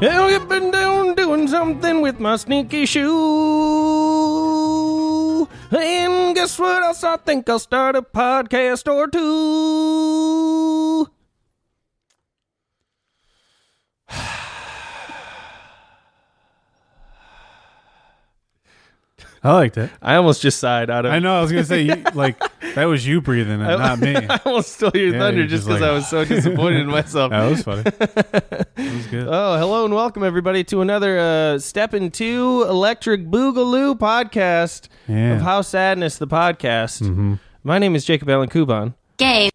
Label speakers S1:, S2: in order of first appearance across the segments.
S1: I've oh, been down doing something with my sneaky shoe. And guess what else? I think I'll start a podcast or two.
S2: I like that.
S1: I almost just sighed out of.
S2: I know. I was gonna say, you, like, that was you breathing, and not me.
S1: I almost stole your
S2: Yeah,
S1: thunder
S2: you're just
S1: just because
S2: like- Oh,
S1: I was so disappointed in myself.
S2: That was funny. That was good.
S1: Oh, hello and welcome everybody to another uh, Step Into Electric Boogaloo podcast
S2: Yeah. Mm-hmm.
S1: of How Sadness, the podcast. My name is Jacob Allen Kuban,
S3: Gay.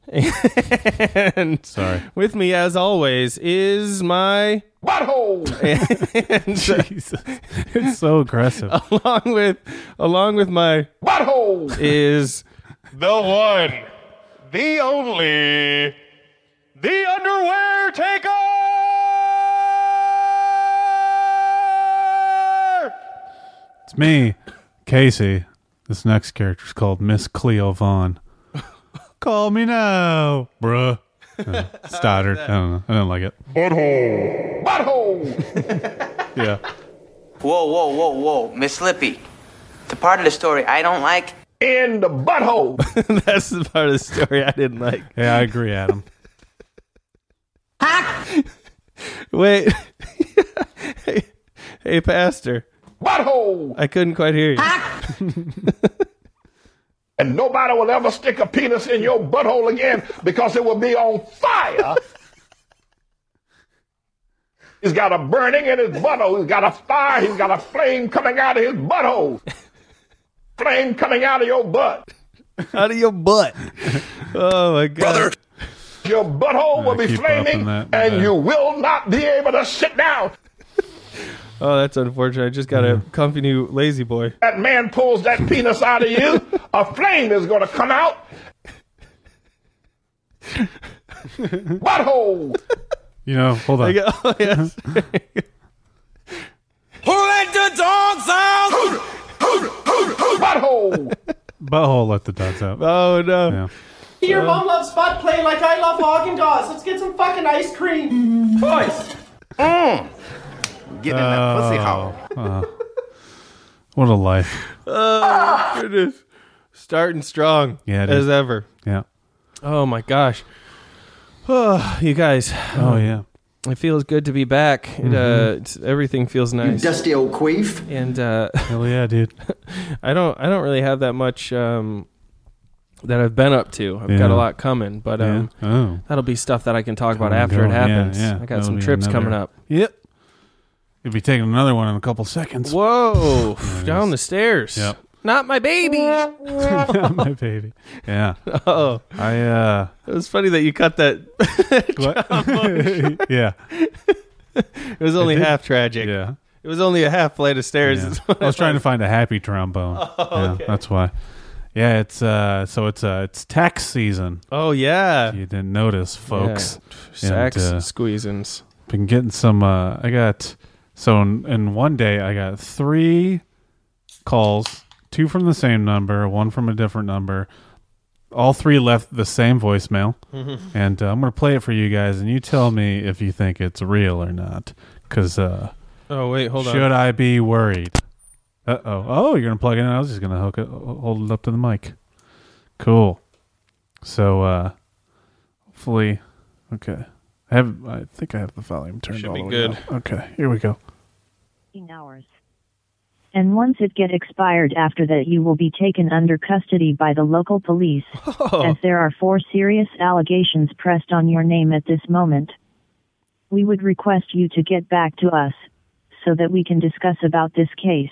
S1: and
S2: Sorry.
S1: with me, as always, is my butthole,
S2: Jesus. It's so aggressive.
S1: and uh, along with along with my
S4: butthole.
S1: is
S4: The one, the only, the underwear taker.
S2: It's me, Casey. This next character is called Miss Cleo Vaughn. Call me now, bruh. Uh, Stoddard. I don't know. I don't like it.
S4: Butthole.
S2: Yeah.
S5: Whoa, whoa, whoa, whoa, Miss Lippy. The part of the story I don't like
S4: In the butthole.
S1: that's the part of the story I didn't like.
S2: Yeah, I agree, Adam.
S1: Wait, hey, hey, Pastor,
S4: Butthole.
S1: I couldn't quite hear you.
S4: And nobody will ever stick a penis in your butthole again because it will be on fire. He's got a burning in his butthole. He's got a fire. He's got a flame coming out of his butthole. Flame coming out of your butt.
S1: Out of your butt. Oh my god.
S4: Your butthole will be
S2: keep
S4: flaming,
S2: upping that.
S4: and
S2: Yeah.
S4: you will not be able to sit down.
S1: Oh, that's unfortunate. I just got a comfy new lazy boy.
S4: That man pulls that penis out of you, a flame is going to come out. Butthole.
S2: You know, hold on.
S1: Oh, yes.
S4: Butthole.
S2: Butthole let the dots out.
S1: Oh no.
S2: Yeah.
S6: Your mom loves butt play like I love Haagen Dazs. Let's get some fucking ice cream. Boys.
S5: Mm.
S7: Getting in that pussy hole.
S2: Oh, uh, What a life.
S1: It is Oh, starting strong.
S2: Yeah, it
S1: as
S2: is.
S1: ever.
S2: Yeah.
S1: Oh my gosh. Oh, you guys, um,
S2: Oh, yeah. Mm-hmm.
S1: it feels good to be back. It, uh, it's, everything feels nice.
S7: Dusty old queef.
S1: and uh,
S2: Hell yeah, dude.
S1: I don't, I don't really have that much um, that I've been up to. I've got
S2: Yeah.
S1: a lot coming, but
S2: Yeah.
S1: um,
S2: Oh.
S1: that'll be stuff that I can talk about
S2: Coming
S1: after
S2: and
S1: it
S2: going. Yeah,
S1: happens.
S2: yeah.
S1: I got
S2: That'll
S1: some
S2: be
S1: trips
S2: another-
S1: coming up.
S2: Yep. You'll be taking another one in a couple seconds.
S1: Whoa! down the stairs.
S2: Yep.
S1: Not my baby.
S2: My baby. Yeah.
S1: Oh,
S2: I, uh,
S1: it was funny that you cut that.
S2: what? yeah.
S1: It was only
S2: did-
S1: half tragic.
S2: Yeah.
S1: It was only a half flight of stairs.
S2: Yeah.
S1: is what Oh,
S2: I was trying to find a happy trombone. yeah, That's why. Yeah, it's uh, so it's uh, it's tax season.
S1: Oh yeah,
S2: You didn't notice, folks.
S1: Sax
S2: And, uh,
S1: squeezins.
S2: Been getting some. Uh, I got so in, in one day I got three calls, two from the same number, one from a different number. All three left the same voicemail,
S1: Mm-hmm.
S2: and uh, I'm gonna play it for you guys, and you tell me if you think it's real or not. Cause uh,
S1: Oh wait, hold
S2: Should
S1: on.
S2: I be worried? Uh oh. Oh, you're gonna plug it in. I was just gonna hook it, hold it up to the mic. Cool. So uh hopefully, okay. I have. I think I have the volume turned.
S1: Should
S2: all
S1: be
S2: the way
S1: good.
S2: up. Okay. Here we go.
S8: hours. And once it get expired after that you will be taken under custody by the local police as there are four serious allegations pressed on your name at this moment. We would request you to get back to us so that we can discuss about this case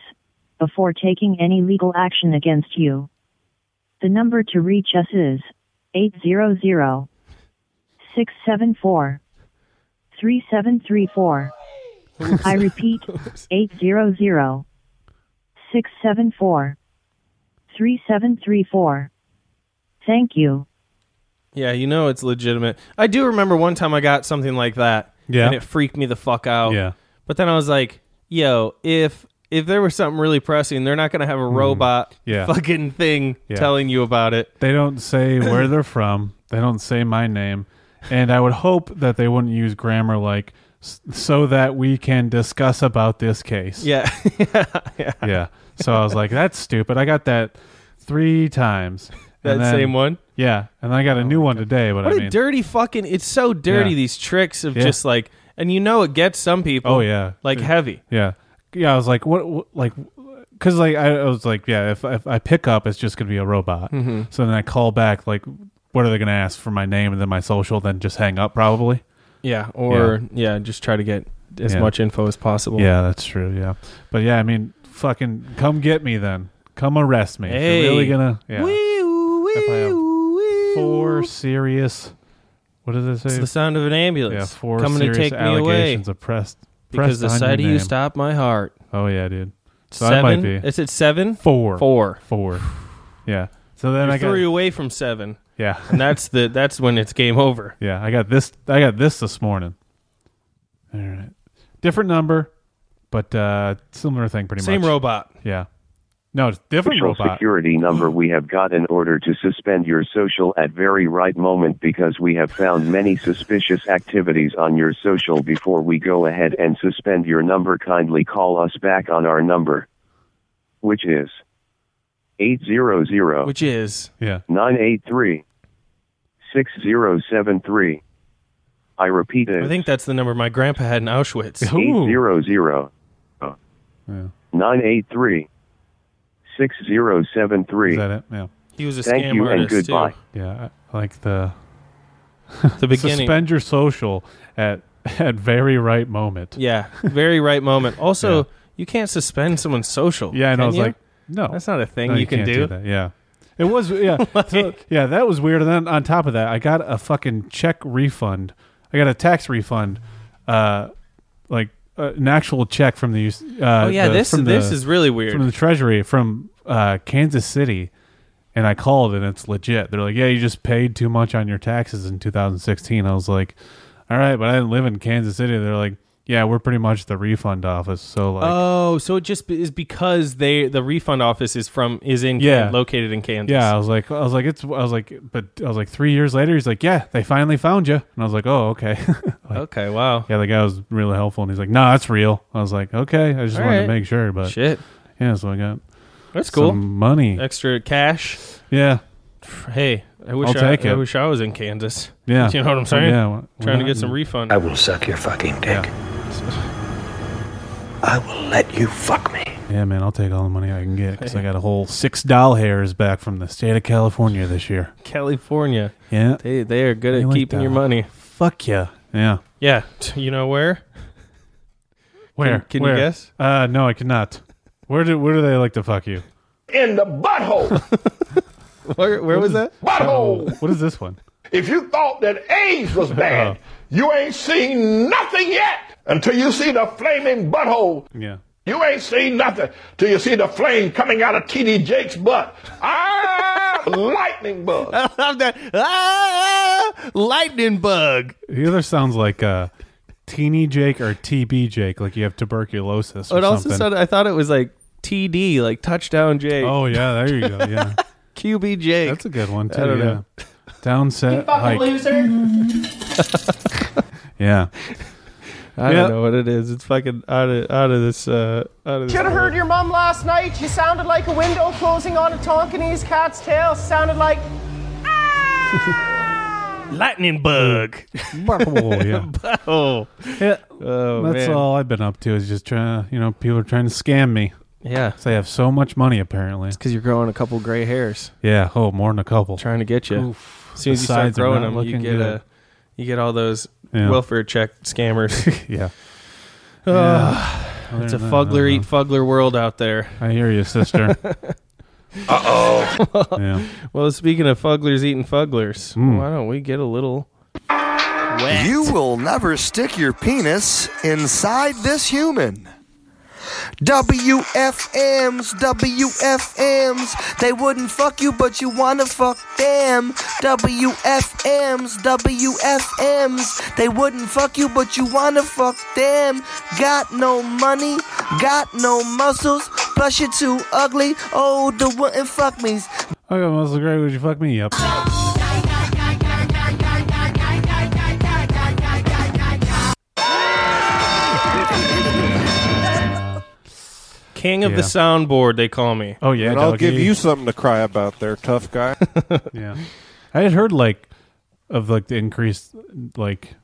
S8: before taking any legal action against you. The number to reach us is 800 674 3734. I repeat, 800 674 3734. Thank you.
S1: Yeah, you know it's legitimate. I do remember one time I got something like that.
S2: Yeah.
S1: and it freaked me the fuck out.
S2: Yeah.
S1: but then I was like, yo, if if there was something really pressing, they're not gonna have a robot
S2: Hmm. Yeah.
S1: fucking thing
S2: Yeah.
S1: telling you about it.
S2: They don't say where they're from. They don't say my name, and I would hope that they wouldn't use grammar like s- so that we can discuss about this case.
S1: Yeah. yeah.
S2: Yeah. So I was like, that's stupid. I got that three times.
S1: That
S2: And then-
S1: same one. Oh
S2: Yeah. And I got a new one today, but
S1: What
S2: I
S1: a
S2: mean,
S1: dirty fucking! It's so dirty.
S2: Yeah.
S1: These tricks of
S2: Yeah.
S1: just like, and you know it gets some people.
S2: Oh, yeah.
S1: like
S2: It-
S1: heavy.
S2: yeah. Yeah. I was like, what, what like, because like I, I was like, yeah, if, if I pick up, it's just gonna be a robot.
S1: Mm-hmm.
S2: So then I call back, like, what are they gonna ask for my name and then my social, then just hang up probably.
S1: Yeah, or yeah, just try to get as
S2: Yeah.
S1: much info as possible.
S2: Yeah, that's true. Yeah, but yeah, I mean, fucking come get me then. Come arrest me. If
S1: Hey.
S2: you're really gonna yeah.
S1: Wee-oo,
S2: If I have
S1: wee-oo, wee-oo.
S2: four serious. What does it
S1: It's
S2: say?
S1: the sound of an
S2: yeah,
S1: ambulance
S2: four
S1: coming to
S2: serious
S1: take me away
S2: allegations of press.
S1: because
S2: pressed
S1: the
S2: on
S1: sight of
S2: your
S1: you
S2: name.
S1: stopped my heart.
S2: Oh yeah, dude. So
S1: seven.
S2: that might be
S1: It's at seven.
S2: four.
S1: Four.
S2: Four. Yeah. So then I
S1: You're
S2: got
S1: three away from seven,
S2: yeah
S1: and that's the that's when it's game over.
S2: yeah I got this I got this this morning. All right, different number, but uh similar thing pretty
S1: Same
S2: much.
S1: robot.
S2: Yeah. No, it's different
S3: Social
S2: robot.
S3: security number we have got in order to suspend your social at very right moment because we have found many suspicious activities on your social before we go ahead and suspend your number kindly call us back on our number which is 800
S1: Which is
S3: 983 6073 I repeat it
S1: I think that's the number my grandpa had in Auschwitz.
S2: Ooh.
S3: 800
S2: Yeah.
S3: three six zero seven three.
S2: Is that it? Yeah.
S1: He was a
S3: Thank
S1: scam
S3: you and
S1: artist
S3: goodbye.
S2: Yeah, I- like the
S1: too. The beginning.
S2: suspend your social at at very right moment.
S1: Yeah, very right moment. Also, you can't suspend someone's social.
S2: Yeah, and
S1: can
S2: I was
S1: you?
S2: like, no,
S1: that's not a thing
S2: no,
S1: you, can
S2: can't
S1: do.
S2: that. Yeah, it was. Yeah, so, yeah, that was weird. And then on top of that, I got a fucking check refund. I got a tax refund, uh, like uh, an actual check from the. Uh,
S1: oh yeah, this this is really weird.
S2: from the Treasury from uh, Kansas City, and I called and it's legit. They're like, "Yeah, you just paid too much on your taxes in 2016." I was like, "All right, but I didn't live in Kansas City." They're like, "Yeah, we're pretty much the refund office." So like,
S1: oh, so it just is because they the refund office is from is in
S2: Yeah.
S1: located in Kansas.
S2: yeah, I was like, I was like, it's, I was like, but I was like, three years later, he's like, "Yeah, they finally found you," and I was like, "Oh, okay." Like,
S1: Okay. Wow.
S2: Yeah, the guy was really helpful, and he's like, "Nah, that's real." I was like, "Okay," I just
S1: All
S2: wanted
S1: right.
S2: to make sure, but
S1: Shit.
S2: yeah, so I got
S1: That's cool.
S2: some money.
S1: Extra cash.
S2: Yeah,
S1: Hey, I wish
S2: I'll
S1: I,
S2: take
S1: I
S2: it.
S1: wish I was in Kansas.
S2: yeah,
S1: You know what I'm saying?
S2: Yeah, we're- we're
S1: Trying to
S2: not
S1: get
S2: in-
S1: some refund.
S9: will suck your fucking dick. I will let you fuck me.
S2: Yeah, man, I'll take all the money I can get because I got a whole six doll hairs back from the state of California this year.
S1: California.
S2: Yeah,
S1: They they are good
S2: They
S1: at
S2: like
S1: keeping your
S2: that.
S1: money.
S2: fuck yeah, yeah.
S1: Yeah. You know where?
S2: Where?
S1: can you
S2: Where?
S1: guess?
S2: Uh, no, I cannot. Where do Where do they like to fuck you?
S4: In the butthole.
S1: Where, where was that?
S4: Butthole.
S2: What is this one?
S4: If you thought that AIDS was
S1: Uh-huh.
S4: bad, you ain't seen nothing yet until you see the flaming butthole.
S2: Yeah,
S4: You ain't seen nothing till you see the flame coming out of TD Jake's butt. Ah, lightning bug.
S1: love that. Ah, lightning bug.
S2: the other sounds like uh, teeny Jake or TB Jake, like you have tuberculosis. Or
S1: Oh, It also
S2: something.
S1: sounded. I thought it was like TD, like touchdown J,
S2: Oh yeah, there you go. Yeah,
S1: QB J.
S2: that's a good one too.
S1: I don't
S2: yeah.
S1: know.
S2: Downset
S6: Fucking
S2: hike.
S6: loser.
S2: Yeah,
S1: I
S2: Yeah.
S1: don't know what it is. It's fucking out of out of this. Uh, out of this.
S6: Should have heard your mum last night. She sounded like a window closing on a Tonkinese cat's tail. Sounded like
S1: lightning bug.
S2: Oh, yeah.
S1: oh,
S2: yeah.
S1: oh
S2: That's
S1: man.
S2: all I've been up to is just trying to, you know, people are trying to scam me.
S1: Yeah,
S2: They have so much money, apparently.
S1: because you're growing a couple gray hairs,
S2: Yeah. Oh, more than a couple.
S1: trying to get you.
S2: Oof.
S1: as soon as
S2: The
S1: you start
S2: sides are
S1: growing
S2: not
S1: them, you
S2: looking
S1: get
S2: good.
S1: a, you get all those
S2: Yeah.
S1: welfare check scammers.
S2: Yeah.
S1: it's a fuggler eat fuggler world out there.
S2: I hear you, sister. uh oh. yeah. Mm.
S1: Well, speaking of fugglers eating fugglers, why don't we get a little?
S10: You will never stick your penis inside this human. WFMs, WFMs, they wouldn't fuck you, but you wanna fuck them. WFMs, WFMs, they wouldn't fuck you, but you wanna fuck them. Got no money, got no muscles, plus you're too ugly. Oh, the wouldn't fuck me's.
S2: Okay, Muscle Gray, would you fuck me up?
S1: King of
S11: Yeah.
S1: the soundboard, they call me.
S2: Oh yeah,
S11: and I'll give you something to cry about there, tough guy.
S2: yeah. I had heard like of like the increased like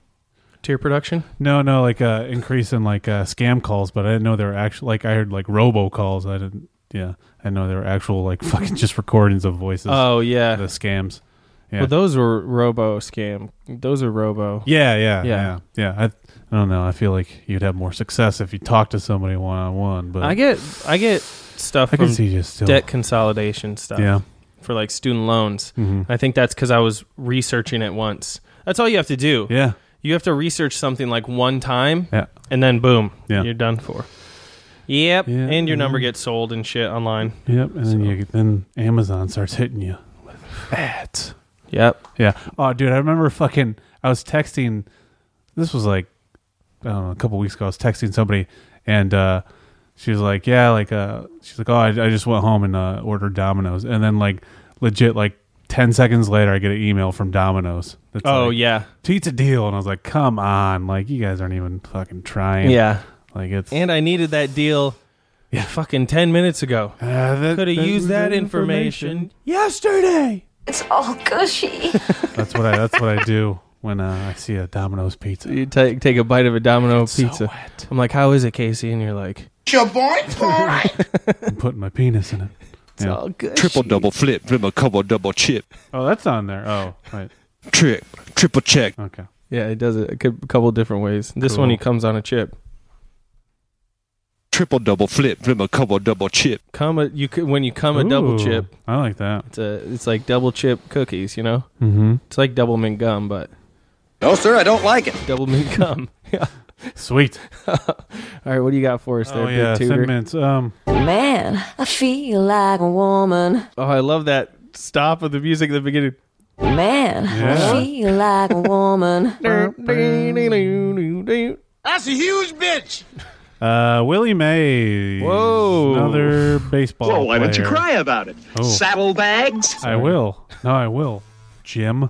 S1: tier production.
S2: No, no, like uh increase in like uh scam calls, but I didn't know they were actually like I heard like robo calls. I didn't. Yeah, I know they were actual like fucking just recordings of voices.
S1: Oh yeah,
S2: the scams. Yeah.
S1: Well, those were robo scam. Those are robo.
S2: Yeah, yeah,
S1: yeah.
S2: yeah, yeah. I, I don't know. I feel like you'd have more success if you talked to somebody one on one. But
S1: I get I get stuff
S2: I
S1: from
S2: can see you still-
S1: debt consolidation stuff.
S2: Yeah.
S1: For like student loans.
S2: Mhm.
S1: I think that's because I was researching it once. That's all you have to do.
S2: Yeah.
S1: You have to research something like one time.
S2: Yeah.
S1: And then boom.
S2: Yeah.
S1: You're done for. Yep. And your number gets sold and shit online.
S2: Yep, and then you then Amazon starts hitting you with ads.
S1: Yep.
S2: Yeah. Oh, dude, I remember fucking. I was texting. This was like, I don't know, a couple weeks ago. I was texting somebody, and uh, she was like, "Yeah, like, uh, she's like, oh, I, I just went home and uh, ordered Domino's, and then like, legit, like." 10 seconds later I get an email from Domino's. That's
S1: Oh,
S2: like,
S1: yeah.
S2: Pizza deal and I was like, "Come on, like you guys aren't even fucking trying."
S1: Yeah.
S2: Like it's
S1: And I needed that deal yeah. fucking 10 minutes ago. Could have
S2: Ah, that-
S1: used that,
S2: that
S1: information.
S12: Yesterday. It's all gushy.
S2: That's what I. That's what I do when uh, I see a Domino's pizza.
S1: You take take a bite of a Domino pizza. I'm like, how is it, Casey? And you're like,
S12: Your boy's alright.
S2: I'm putting my penis in it. It's
S1: all good.
S13: Triple double flip, triple couple double chip.
S2: Oh, that's on there. Oh, right.
S13: Trick, triple check.
S2: Okay.
S1: yeah, it does it a cou- couple different ways. This
S13: Cool.
S1: one he comes on a chip.
S13: Triple double flip, triple couple double chip.
S1: Come a, you c- when you come a double
S13: Ooh,
S1: chip.
S2: I like that.
S1: It's a it's like double chip cookies, you know.
S2: Mhm.
S1: It's like double mint gum, but
S13: no, sir, I don't like it.
S1: Double mint gum. yeah.
S2: Sweet.
S1: All right, what do you got for us there,
S2: Oh
S1: Big
S2: yeah, thin
S1: Tudor?
S2: mints. Um,
S14: Man, I feel like a woman.
S1: Oh, I love that stop of the music at the beginning.
S14: Man,
S1: Yeah.
S14: I feel like a woman.
S12: That's a huge bitch.
S2: uh, Willie Mays. Whoa, another baseball.
S15: Well, why don't you
S2: player.
S15: cry about it?
S2: Oh.
S15: Saddlebags.
S2: I will. No, I will. Jim.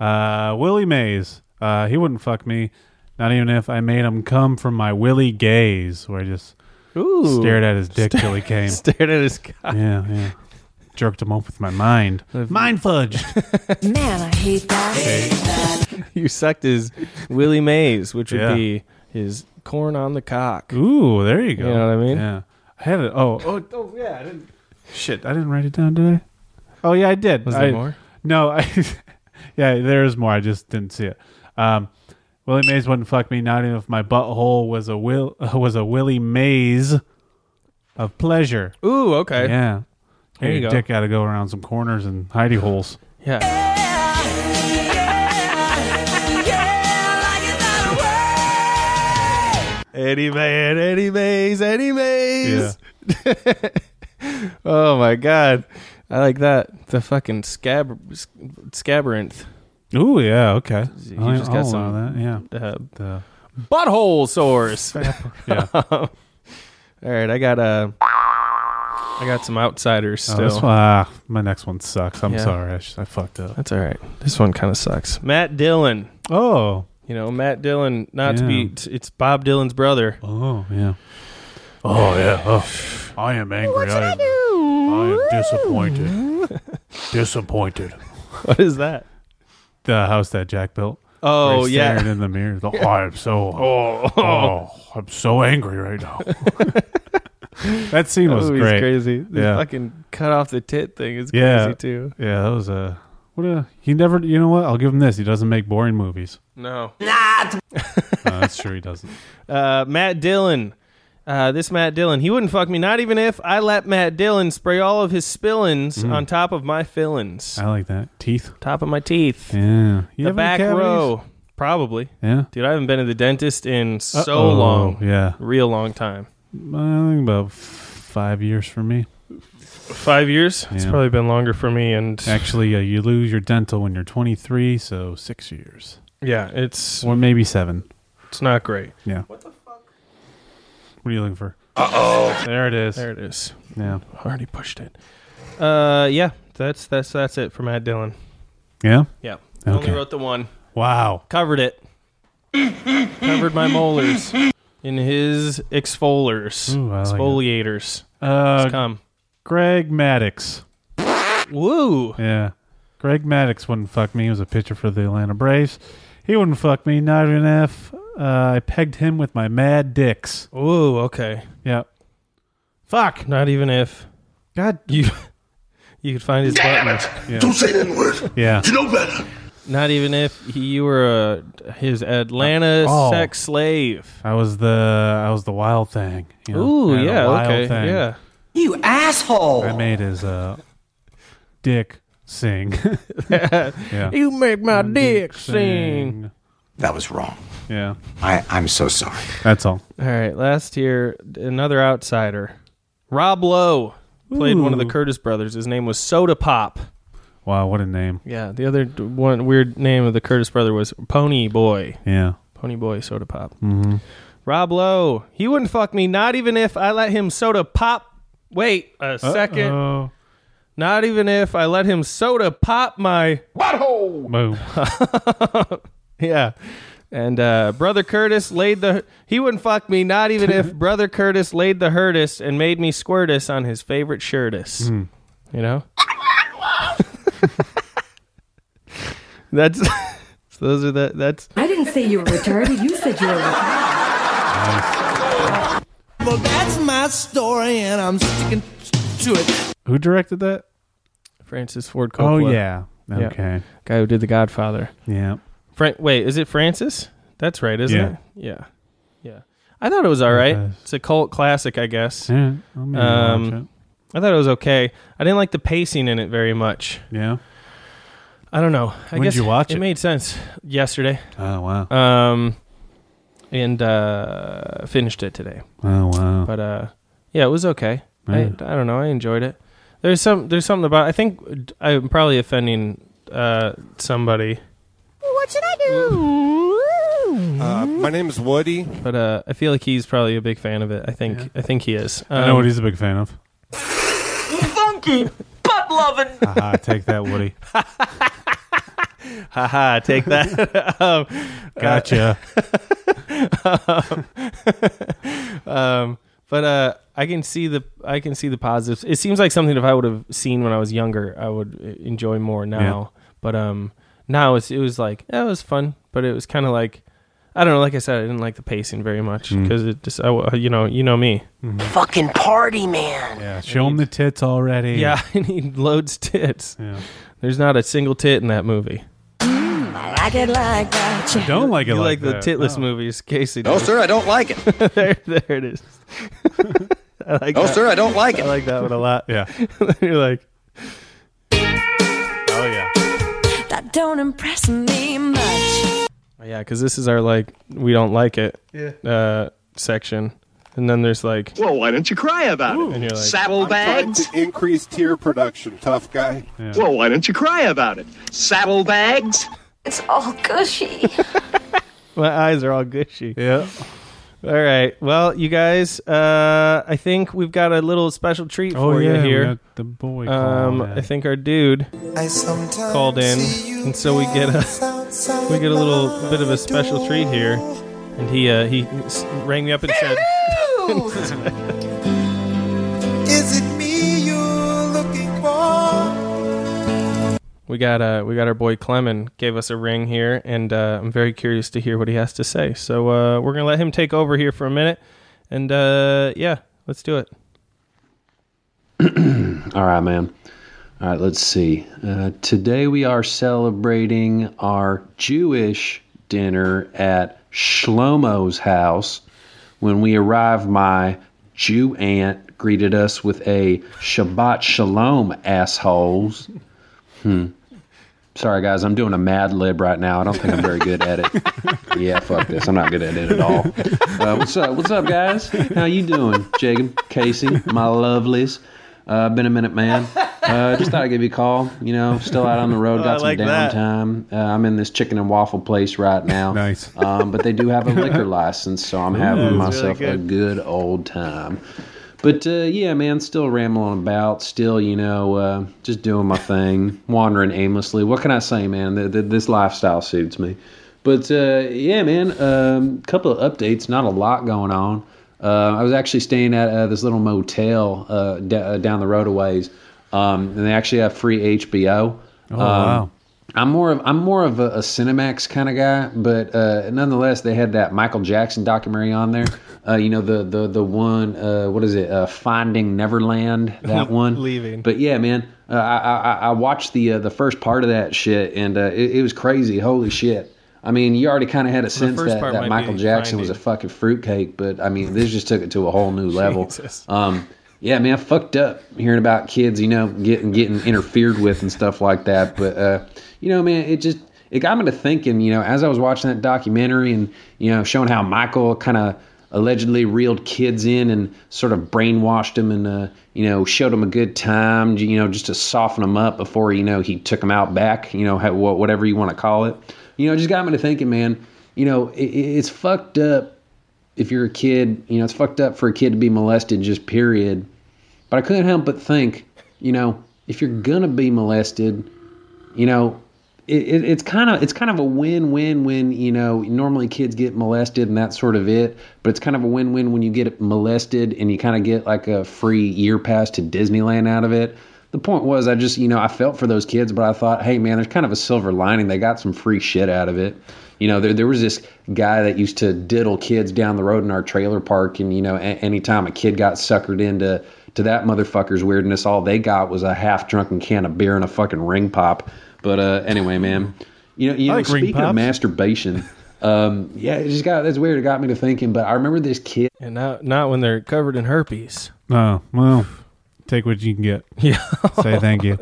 S2: Uh, Willie Mays. Uh, he wouldn't fuck me. Not even if I made him come from my Willie gaze, where I just
S1: Ooh.
S2: stared at his dick till he came.
S1: Stared at his cock.
S2: Yeah, yeah. Jerked him off with my mind. Mind fudge.
S14: Man, I hate that.
S1: you sucked his Willie Mays, which would
S2: Yeah.
S1: be his corn on the cock.
S2: Ooh, there you go.
S1: You know what I mean?
S2: Yeah. I had it. Oh, oh, oh yeah. I didn't. Shit, I didn't write it down, did I? Oh yeah, I did.
S1: Was there
S2: I-
S1: more?
S2: No, I. yeah, there is more. I just didn't see it. Um, Willie Mays wouldn't fuck me. Not even if my butthole was a will was a Willie Mays of pleasure.
S1: Ooh, okay.
S2: Yeah.
S1: There
S2: Your
S1: you go.
S2: Dick got to go around some corners and hidey holes.
S1: Yeah. Eddie Man, Eddie Mays, Eddie Mays. oh my god, I like that. The fucking scab scabarinth.
S2: Ooh, yeah. Okay.
S1: He
S2: I-
S1: just
S2: I'll allow
S1: got some.
S2: that, yeah.
S1: Uh,
S2: The-
S1: butthole sores.
S2: Yeah.
S1: All right, I got uh, I got some outsiders
S2: Oh,
S1: still.
S2: this one, ah, my next one sucks. I'm
S1: Yeah.
S2: sorry. I, sh- I fucked up.
S1: That's all right. This one kind of sucks. Matt Dillon.
S2: Oh.
S1: You know, Matt Dillon, not to
S2: Yeah.
S1: be, t- it's Bob Dylan's brother.
S2: Oh, yeah. Oh yeah. Oh, I am angry. I, am, I am disappointed. disappointed.
S1: What is that?
S2: The house that Jack built.
S1: Oh,
S2: Where he's
S1: yeah.
S2: staring in the mirror. The,
S1: Yeah.
S2: I'm so.
S1: Oh.
S2: Oh. I'm so angry right now. that scene
S1: That
S2: was
S1: movie's
S2: great.
S1: crazy. The
S2: Yeah.
S1: fucking cut off the tit thing is
S2: yeah.
S1: crazy too.
S2: Yeah. That was a. What a. He never. You know what? I'll give him this. He doesn't make boring movies.
S1: No.
S2: No, Uh, that's true. He doesn't.
S1: Uh, Matt Dillon. Uh, this Matt Dillon, he wouldn't fuck me, not even if I let Matt Dillon spray all of his spillins
S2: Mm.
S1: on top of my fillins.
S2: I like that. Teeth.
S1: Top of my teeth.
S2: Yeah. You
S1: the
S2: have any
S1: back
S2: cavities?
S1: row. Probably.
S2: Yeah.
S1: Dude, I haven't been to the dentist in so
S2: Uh-oh.
S1: long.
S2: Yeah.
S1: Real long time.
S2: I think about f- five years for me.
S1: Five years? It's
S2: Yeah.
S1: probably been longer for me. And
S2: Actually, uh, you lose your dental when you're 23, so six years.
S1: yeah, it's
S2: Or maybe seven.
S1: it's not great.
S2: Yeah. What the fuck? What are you looking for?
S1: Uh oh.
S2: There it is.
S1: There it is.
S2: Yeah.
S1: Already pushed it. Uh, yeah. That's that's that's it for Matt Dillon.
S2: Yeah?
S1: Yeah.
S2: Okay.
S1: Only wrote the one.
S2: Wow.
S1: Covered it. Covered my molars. in his exfoliators. exfoliators.
S2: Uh,
S1: Just come.
S2: Greg Maddox.
S1: Woo.
S2: Yeah. Greg Maddox wouldn't fuck me. He was a pitcher for the Atlanta Braves. He wouldn't fuck me. Not even if uh, I pegged him with my mad dicks.
S1: Ooh, okay.
S2: Yep.
S1: Fuck. Not even if.
S2: God,
S1: you you could find his
S12: Damn
S1: button.
S12: it! Don't say that word.
S2: Yeah.
S12: You know better.
S1: Not even if he, you were uh, his Atlanta
S2: Oh.
S1: sex slave.
S2: I was the I was the wild thing. You know?
S1: Ooh,
S2: I had a
S1: yeah,
S2: wild
S1: okay,
S2: thing.
S1: yeah.
S10: You asshole.
S2: I made his uh, dick sing. yeah.
S1: You make my dick sing.
S7: That was wrong.
S2: Yeah.
S7: I, I'm so sorry.
S2: That's all.
S1: All right, last year, another outsider. Rob Lowe played one of the
S2: Ooh.
S1: Curtis brothers. His name was Soda Pop.
S2: Wow, what a name.
S1: Yeah, the other d- one weird name of the Curtis brother was Pony Boy.
S2: Yeah.
S1: Pony Boy Soda Pop.
S2: Mm-hmm.
S1: Rob Lowe, he wouldn't fuck me, not even if I let him soda pop. Wait a 2nd
S2: Uh-oh.
S1: Not even if I let him soda pop my.
S4: Butthole.
S2: Boom.
S1: Yeah. And uh, Brother Curtis laid the. He wouldn't fuck me, not even if Brother Curtis laid the hurtus and made me squirtus on his favorite shirtus.
S2: Hmm.
S1: You know? that's. so those are the. That's.
S15: I didn't say you were retarded. You said you were retarded.
S10: Well, that's my story, and I'm sticking to it.
S2: Who directed that?
S1: Francis Ford
S2: Oh,
S1: Coppola.
S2: yeah. Okay.
S1: Guy who did The Godfather.
S2: Yeah.
S1: Fran- wait, is it Francis? That's right, isn't
S2: Yeah.
S1: it? Yeah. Yeah. I thought it was all right. It's a cult classic, I guess. Um,
S2: Yeah, I'll maybe watch it.
S1: I thought it was okay. I didn't like the pacing in it very much.
S2: Yeah.
S1: I don't know. I
S2: When did
S1: guess
S2: you watch it?
S1: It made sense yesterday.
S2: Oh, wow.
S1: Um, and uh, finished it today.
S2: Oh, wow.
S1: But uh, yeah, it was okay. I,
S2: Yeah.
S1: I don't know. I enjoyed it. There's some. There's something about. I think I'm probably offending uh, somebody.
S12: What should I do?
S11: Uh, my name is Woody.
S1: But uh, I feel like he's probably a big fan of it. I think I think he is. Um,
S2: I know what he's a big fan of.
S12: Funky butt loving.
S2: Haha, take that, Woody.
S1: Haha, take that. um,
S2: Gotcha.
S1: uh, um, but uh, I can see the I can see the positives. It seems like something if I would have seen when I was younger, I would uh, enjoy more now. But um, now it's it was like yeah, it was fun, but it was kind of like I don't know. Like I said, I didn't like the pacing very much
S2: Mm.
S1: because it just I w you know you know me.
S10: Fucking party man.
S2: Yeah, show him the tits already.
S1: Yeah, I need loads of tits.
S2: Yeah.
S1: There's not a single tit in that movie.
S16: Mm,
S14: I like it like that. yeah.
S2: Don't like it
S1: you
S2: like,
S1: like,
S2: that.
S1: the titless
S2: No.
S1: movies, Casey.
S13: No,
S1: does.
S13: sir, I don't like it.
S1: there, there it is. I like
S13: No,
S1: that.
S13: Oh, sir, I don't like
S1: I
S13: it.
S1: like that one a lot.
S2: Yeah.
S1: You're like,
S2: Oh yeah.
S14: That don't impress me much.
S1: oh, yeah, because this is our like we don't like it
S14: Yeah.
S1: uh, section, and then there's like,
S11: Well, why don't you cry about
S1: it? And you're like-
S11: Saddlebags. to increase tier production, tough guy.
S2: Yeah.
S11: Well, why don't you cry about it?
S12: Saddlebags. It's all gushy.
S1: my eyes are all gushy.
S2: Yeah.
S1: All right, well, you guys, uh, I think we've got a little special treat
S2: Oh
S1: for
S2: yeah.
S1: you
S2: we
S1: here.
S2: got the boy.
S1: Um,
S2: calling
S1: I think our dude called in, and so we get a we get a little bit of a special treat here. And he uh, he s- rang me up and said,
S10: Is it me you're looking for?
S1: "We got uh, we got our boy Clemen gave us a ring here, and uh, I'm very curious to hear what he has to say. So uh, we're gonna let him take over here for a minute, and uh, yeah, let's do it.
S17: All right, man. All right, let's see. Uh, today we are celebrating our Jewish dinner at Shlomo's house. When we arrived, my Jew aunt greeted us with a Shabbat Shalom, assholes. Hmm. Sorry, guys, I'm doing a mad lib right now. I don't think I'm very good at it. yeah, fuck this. I'm not good at it at all. Uh, what's up? What's up, guys? How you doing, Jacob, Casey, my lovelies? Uh, been a minute, man. Uh, just thought I'd give you a call. You know, still out on the road,
S1: Oh, I
S17: got some
S1: like that.
S17: downtime. Uh, I'm in this chicken and waffle place right now. Nice. Um, but they do have a liquor license, so I'm
S16: Ooh,
S17: having
S16: that's really
S17: myself a
S16: good.
S17: good old time. But uh, yeah, man, still rambling about, still, you know, uh, just doing my thing, wandering aimlessly. What can I say, man? Th- th- this lifestyle suits me. But uh, yeah, man, a um, couple of updates. Not a lot going on. Uh, I was actually staying at uh, this little motel uh, d- uh, down the road a ways, um, and they actually have free HBO.
S2: Oh,
S17: um,
S2: wow.
S17: I'm more of I'm more of a, a Cinemax kind of guy, but uh, nonetheless, they had that Michael Jackson documentary on there. Uh, you know the the the one uh, what is it? Uh, Finding Neverland. That one.
S1: Leaving.
S17: But yeah, man, uh, I, I I watched the uh, the first part of that shit, and uh, it, it was crazy. Holy shit! I mean, you already kind of had a sense
S1: first
S17: that,
S1: part
S17: that
S1: might
S17: Michael
S1: be
S17: Jackson was a fucking fruitcake, but I mean, this just took it to a whole new level. Um, yeah, man, fucked up hearing about kids, you know, getting getting interfered with and stuff like that. But uh, you know, man, it just it got me to thinking. You know, as I was watching that documentary and you know, showing how Michael kind of allegedly reeled kids in and sort of brainwashed them and uh, you know showed them a good time you know just to soften them up before you know he took them out back you know how- wha- whatever you want to call it you know it just got me to thinking man you know it, it's fucked up if you're a kid you know it's fucked up for a kid to be molested just period but i couldn't help but think you know if you're gonna be molested you know it, it, it's kind of it's kind of a win-win when you know normally kids get molested and that's sort of it but it's kind of a win-win when you get molested and you kind of get like a free year pass to disneyland out of it the point was i just you know i felt for those kids but i thought hey man there's kind of a silver lining they got some free shit out of it you know there, there was this guy that used to diddle kids down the road in our trailer park and you know a- anytime a kid got suckered into to that motherfucker's weirdness all they got was a half drunken can of beer and a fucking ring pop but uh, anyway, man, you know, you
S2: I
S17: know
S2: like ring
S17: speaking of
S2: pops.
S17: masturbation, um, yeah, it just got that's weird. It got me to thinking. But I remember this kid.
S1: And not not when they're covered in herpes.
S2: Oh, well, take what you can get.
S1: Yeah.
S2: Say thank you.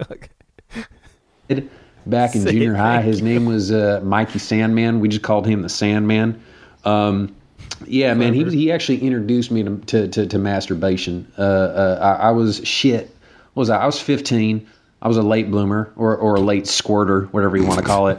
S17: back in
S2: Say
S17: junior high.
S2: thank
S17: His name was uh, Mikey Sandman. We just called him the Sandman. Um, yeah, man, he he actually introduced me to to, to, to masturbation. Uh, uh, I, I was shit. What was I? I was 15. I was a late bloomer or or a late squirter, whatever you want to call it.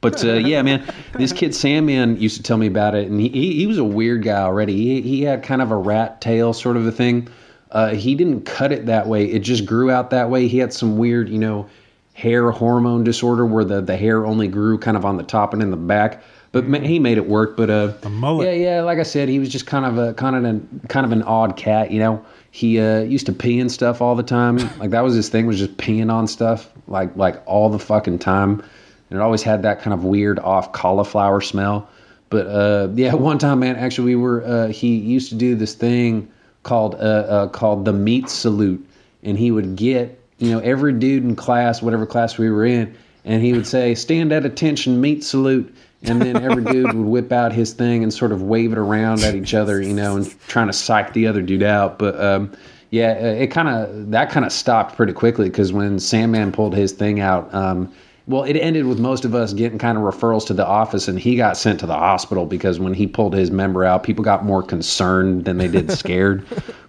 S17: But uh, yeah, man, this kid Sandman used to tell me about it, and he he, he was a weird guy already. He he had kind of a rat tail sort of a thing. Uh, he didn't cut it that way; it just grew out that way. He had some weird, you know, hair hormone disorder where the, the hair only grew kind of on the top and in the back. But ma- he made it work. But uh, yeah, yeah. Like I said, he was just kind of a kind of an kind of an odd cat. You know, he uh, used to pee and stuff all the time. Like that was his thing was just peeing on stuff like like all the fucking time. And it always had that kind of weird off cauliflower smell. But uh, yeah, one time, man, actually, we were. Uh, he used to do this thing called uh, uh, called the meat salute, and he would get you know every dude in class, whatever class we were in, and he would say, "Stand at attention, meat salute," and then every dude would whip out his thing and sort of wave it around at each other, you know, and trying to psych the other dude out. But um, yeah, uh, it kind of that kind of stopped pretty quickly because when Sandman pulled his thing out. Um, well, it ended with most of us getting kind of referrals to the office, and he got sent to the hospital because when he pulled his member out, people got more concerned than they did scared.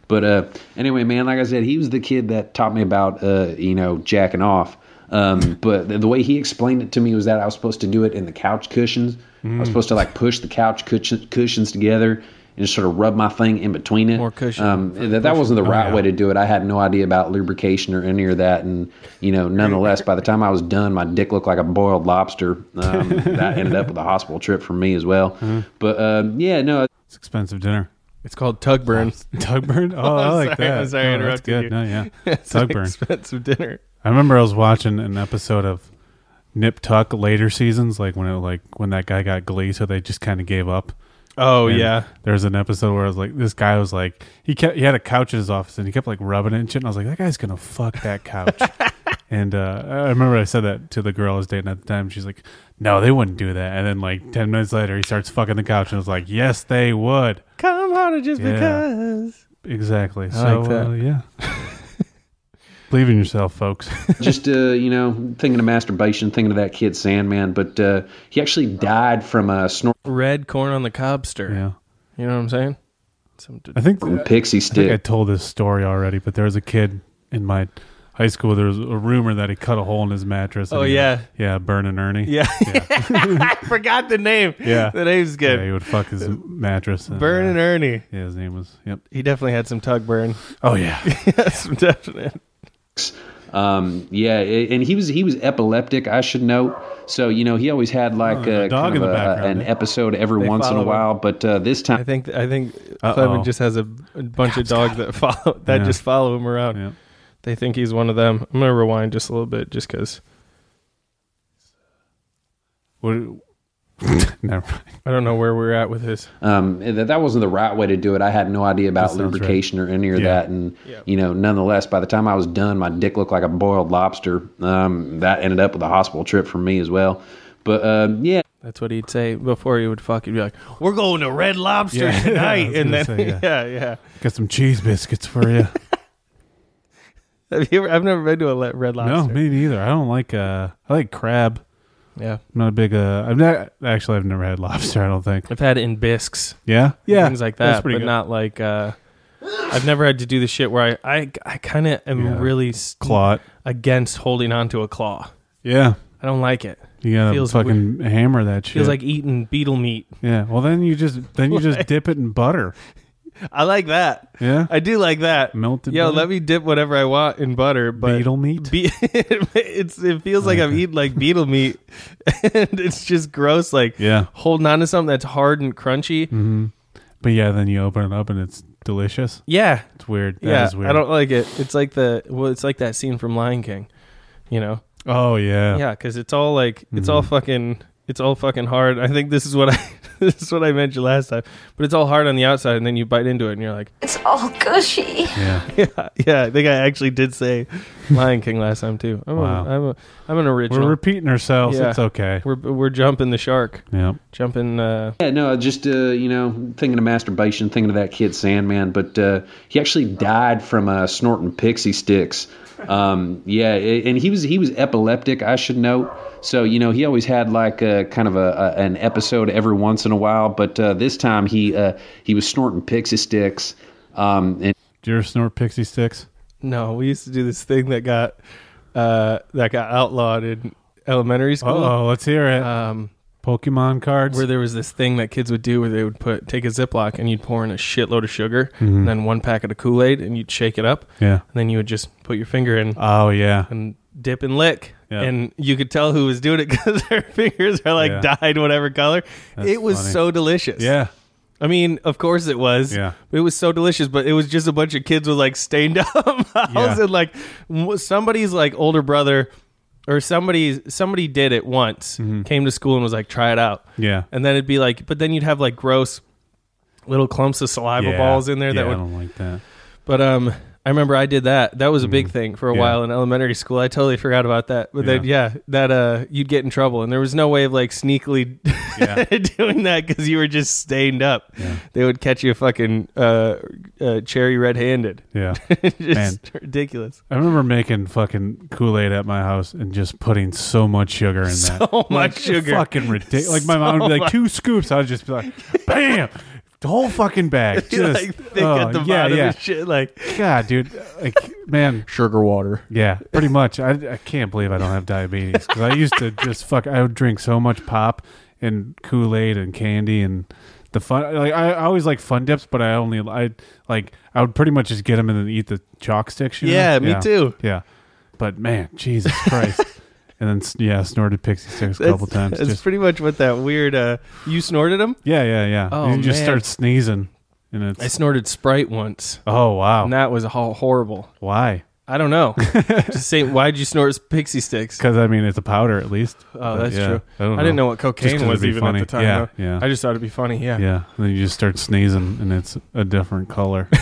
S17: but uh, anyway, man, like I said, he was the kid that taught me about uh, you know jacking off. Um, but the, the way he explained it to me was that I was supposed to do it in the couch cushions. I was
S2: Mm.
S17: supposed to like push the couch cushion, cushions together and just sort of rub my thing in between it. More cushion. Um, that, that wasn't the
S2: Oh,
S17: right
S2: yeah.
S17: way to do it. I had no idea about lubrication or any of that, and you know, nonetheless, by the time I was done, my dick looked like a boiled lobster. Um, that ended up with a hospital trip for me as well.
S2: Mhm.
S17: But um, yeah, no,
S2: it's expensive dinner.
S1: It's called Tugburn.
S2: Tugburn? Oh, I like
S1: sorry,
S2: that.
S1: I'm sorry, I
S2: No, that's
S1: interrupted
S2: good.
S1: you.
S2: No, yeah.
S1: It's an
S2: Tugburn.
S1: Expensive dinner.
S2: I remember I was watching an episode of Nip Tuck later seasons, like when it like when that guy got Glee, so they just kind of gave up.
S1: Oh,
S2: And
S1: yeah.
S2: There's an episode where I was like, this guy was like, he kept he had a couch in his office and he kept like rubbing it and shit, and I was like, that guy's gonna fuck that couch. and uh, I remember I said that to the girl I was dating at the time. She's like, no, they wouldn't do that. And then like ten minutes later, he starts fucking the couch, and I was like, yes, they would.
S1: Come harder just
S2: Yeah.
S1: because.
S2: Exactly.
S1: I
S2: so
S1: like that.
S2: Uh, yeah. Believe in yourself, folks.
S17: just uh, you know, thinking of masturbation, thinking of that kid Sandman. But uh, he actually died from a snort
S1: Red corn on the cobster. Yeah. You know what I'm saying? Some
S2: I think
S17: pixie
S2: I,
S17: stick.
S2: think I told this story already, but there was a kid in my high school. There was a rumor that he cut a hole in his mattress. and
S1: Oh,
S2: he-
S1: yeah.
S2: yeah, burning Ernie.
S1: Yeah. I forgot the name.
S2: yeah.
S1: The name's good.
S2: Yeah, he would fuck his mattress. And,
S1: Burn and Ernie.
S2: Yeah, his name was. Yep.
S1: He definitely had some tug burn.
S2: Oh, yeah.
S1: yes, definite.
S17: Um, yeah, a- and he was he was epileptic. I should note. So you know he always had like
S1: Oh,
S17: a,
S1: a dog
S17: kind of
S1: in the
S17: a- an
S1: background,
S17: episode every
S1: They
S17: once in a
S1: follow him.
S17: while, but uh, this time
S1: I think I think
S17: Uh-oh.
S1: Clement just has a, a bunch of dogs that follow that
S17: Yeah.
S1: just follow him around. They think he's one of them. I'm gonna rewind just a little bit, just because.
S2: Never
S1: I don't know where we're at with this.
S17: um, that that wasn't the right way to do it. I had no idea
S1: That
S17: about
S1: sounds right.
S17: lubrication or any of
S1: Yeah.
S17: that, and you know, nonetheless, by the time I was done, my dick looked like a boiled lobster. Um, that ended up with a hospital trip for me as well. But uh, yeah,
S1: that's what he'd say before he would fuck. He'd be like, "We're going to Red Lobster
S2: Yeah. I
S1: tonight,"
S2: was
S1: and
S2: gonna
S1: then
S2: say, yeah.
S1: yeah. yeah, yeah.
S2: Got some cheese biscuits for you.
S1: Have you ever, I've never been to a le- Red Lobster.
S2: no, me neither. I don't like. Uh, I like crab.
S1: Yeah.
S2: I'm not a big. Uh, I've ne- actually I've never had lobster. I don't think.
S1: I've had it in bisques.
S2: Yeah,
S1: And
S2: yeah,
S1: Things like
S2: that's
S1: that, but
S2: pretty good.
S1: not like uh I've never had to do the shit where I I, I kind of am
S2: Yeah.
S1: really s-
S2: Claw it.
S1: against holding onto a claw.
S2: Yeah.
S1: I don't like it.
S2: You gotta
S1: Feels
S2: fucking
S1: weird.
S2: hammer that shit.
S1: Feels like eating beetle meat.
S2: yeah. Well, then you just then you just
S1: Like-
S2: dip it in butter.
S1: I like that.
S2: Yeah.
S1: I do like that.
S2: Melted.
S1: Yo,
S2: butter?
S1: let me dip whatever I want in butter, but
S2: beetle meat.
S1: Be- it's it feels like I've eaten like beetle meat, and it's just gross. Like
S2: Yeah.
S1: holding on to something that's hard and crunchy.
S2: hmm But yeah, then you open it up and it's delicious.
S1: Yeah,
S2: it's weird. That
S1: yeah,
S2: is weird.
S1: I don't like it. It's like the well, it's like that scene from Lion King, you know.
S2: Oh, yeah. Mm-hmm.
S1: yeah, because it's all like it's all fucking it's all fucking hard. I think this is what I this is what I mentioned last time, but it's all hard on the outside, and then you bite into it, and you're like,
S12: It's all gushy.
S2: Yeah.
S1: yeah, yeah. I think I actually did say Lion King last time too. I'm,
S2: Wow.
S1: a, I'm, a, I'm an original.
S2: We're repeating ourselves.
S1: Yeah.
S2: It's okay.
S1: We're we're jumping the shark.
S2: Yeah.
S1: Jumping. Uh,
S17: yeah, no, just uh, you know, thinking of masturbation, thinking of that kid Sandman, but uh, he actually died from uh, snorting pixie sticks. Um, yeah, a- and he was he was epileptic. I should note. So you know, he always had like a kind of a, a an episode every once in a while, but uh, this time he uh, he was snorting pixie sticks. Um, and
S2: Do you ever snort pixie sticks?
S1: no, we used to do this thing that got uh, that got outlawed in elementary school.
S2: Oh, let's hear it.
S1: Um,
S2: Pokemon cards.
S1: where there was this thing that kids would do where they would put take a Ziploc and you'd pour in a shitload of sugar
S2: Mhm.
S1: and then one packet of Kool Aid and you'd shake it up.
S2: Yeah.
S1: And then you would just put your finger in.
S2: Oh yeah.
S1: And dip and lick.
S2: Yeah.
S1: And you could tell who was doing it because their fingers are like
S2: Yeah.
S1: dyed whatever color.
S2: That's
S1: it was
S2: funny.
S1: so delicious.
S2: Yeah.
S1: I mean, of course it was.
S2: Yeah.
S1: It was so delicious, but it was just a bunch of kids with like stained up mouths
S2: Yeah.
S1: and like w- somebody's like older brother or somebody somebody did it once, came to school and was like, try it out.
S2: Mm-hmm. Yeah.
S1: And then it'd be like, but then you'd have like gross little clumps of saliva
S2: Yeah.
S1: balls in there that
S2: Yeah,
S1: would.
S2: I don't like that.
S1: But um, I remember I did that. That was a big thing for a
S2: Mm-hmm. Yeah.
S1: while in elementary school. I totally forgot about that. But then yeah, that uh, you'd get in trouble, and there was no way of like sneakily doing that because you were just stained up. They would catch you fucking uh, uh, cherry red handed.
S2: Yeah.
S1: just
S2: Man.
S1: ridiculous.
S2: I remember making fucking Kool Aid at my house and just putting so much sugar in that.
S1: So much
S2: Like,
S1: sugar.
S2: Fucking ridiculous. Like my mom would
S1: So
S2: be like
S1: much.
S2: two scoops. I'd just be like, bam, the whole fucking bag.
S1: Be, like,
S2: Just oh,
S1: thick at the bottom and shit, like-
S2: God, dude, like man,
S16: sugar water.
S2: Yeah, pretty much. I, I can't believe I don't have diabetes because I used to just fuck. I would drink so much pop and Kool Aid and candy and the fun. Like I, I always like fun dips, but I only I like I would pretty much just get them and then eat the chalk sticks. You know?
S1: Yeah, me too.
S2: Yeah, but man, Jesus Christ. And then s- yeah, snorted pixie sticks a
S1: That's-
S2: couple times.
S1: That's
S2: Just-
S1: pretty much what that weird. Uh, you snorted them?
S2: yeah, yeah, yeah.
S1: Oh,
S2: you just
S1: man.
S2: start sneezing, and it's
S1: I snorted Sprite once.
S2: Oh wow!
S1: And that was ho- horrible.
S2: Why?
S1: I don't know. Just say why'd you snort pixie sticks?
S2: Because I mean, it's a powder at least.
S1: Oh,
S2: But,
S1: that's
S2: yeah,
S1: true.
S2: I, don't
S1: didn't know
S2: know
S1: what
S2: Just 'cause
S1: cocaine
S2: it'd
S1: was
S2: be
S1: even
S2: funny.
S1: at the time.
S2: Yeah,
S1: though.
S2: yeah.
S1: I just thought it'd be funny. Yeah.
S2: Yeah. And then you just start sneezing and it's a different color.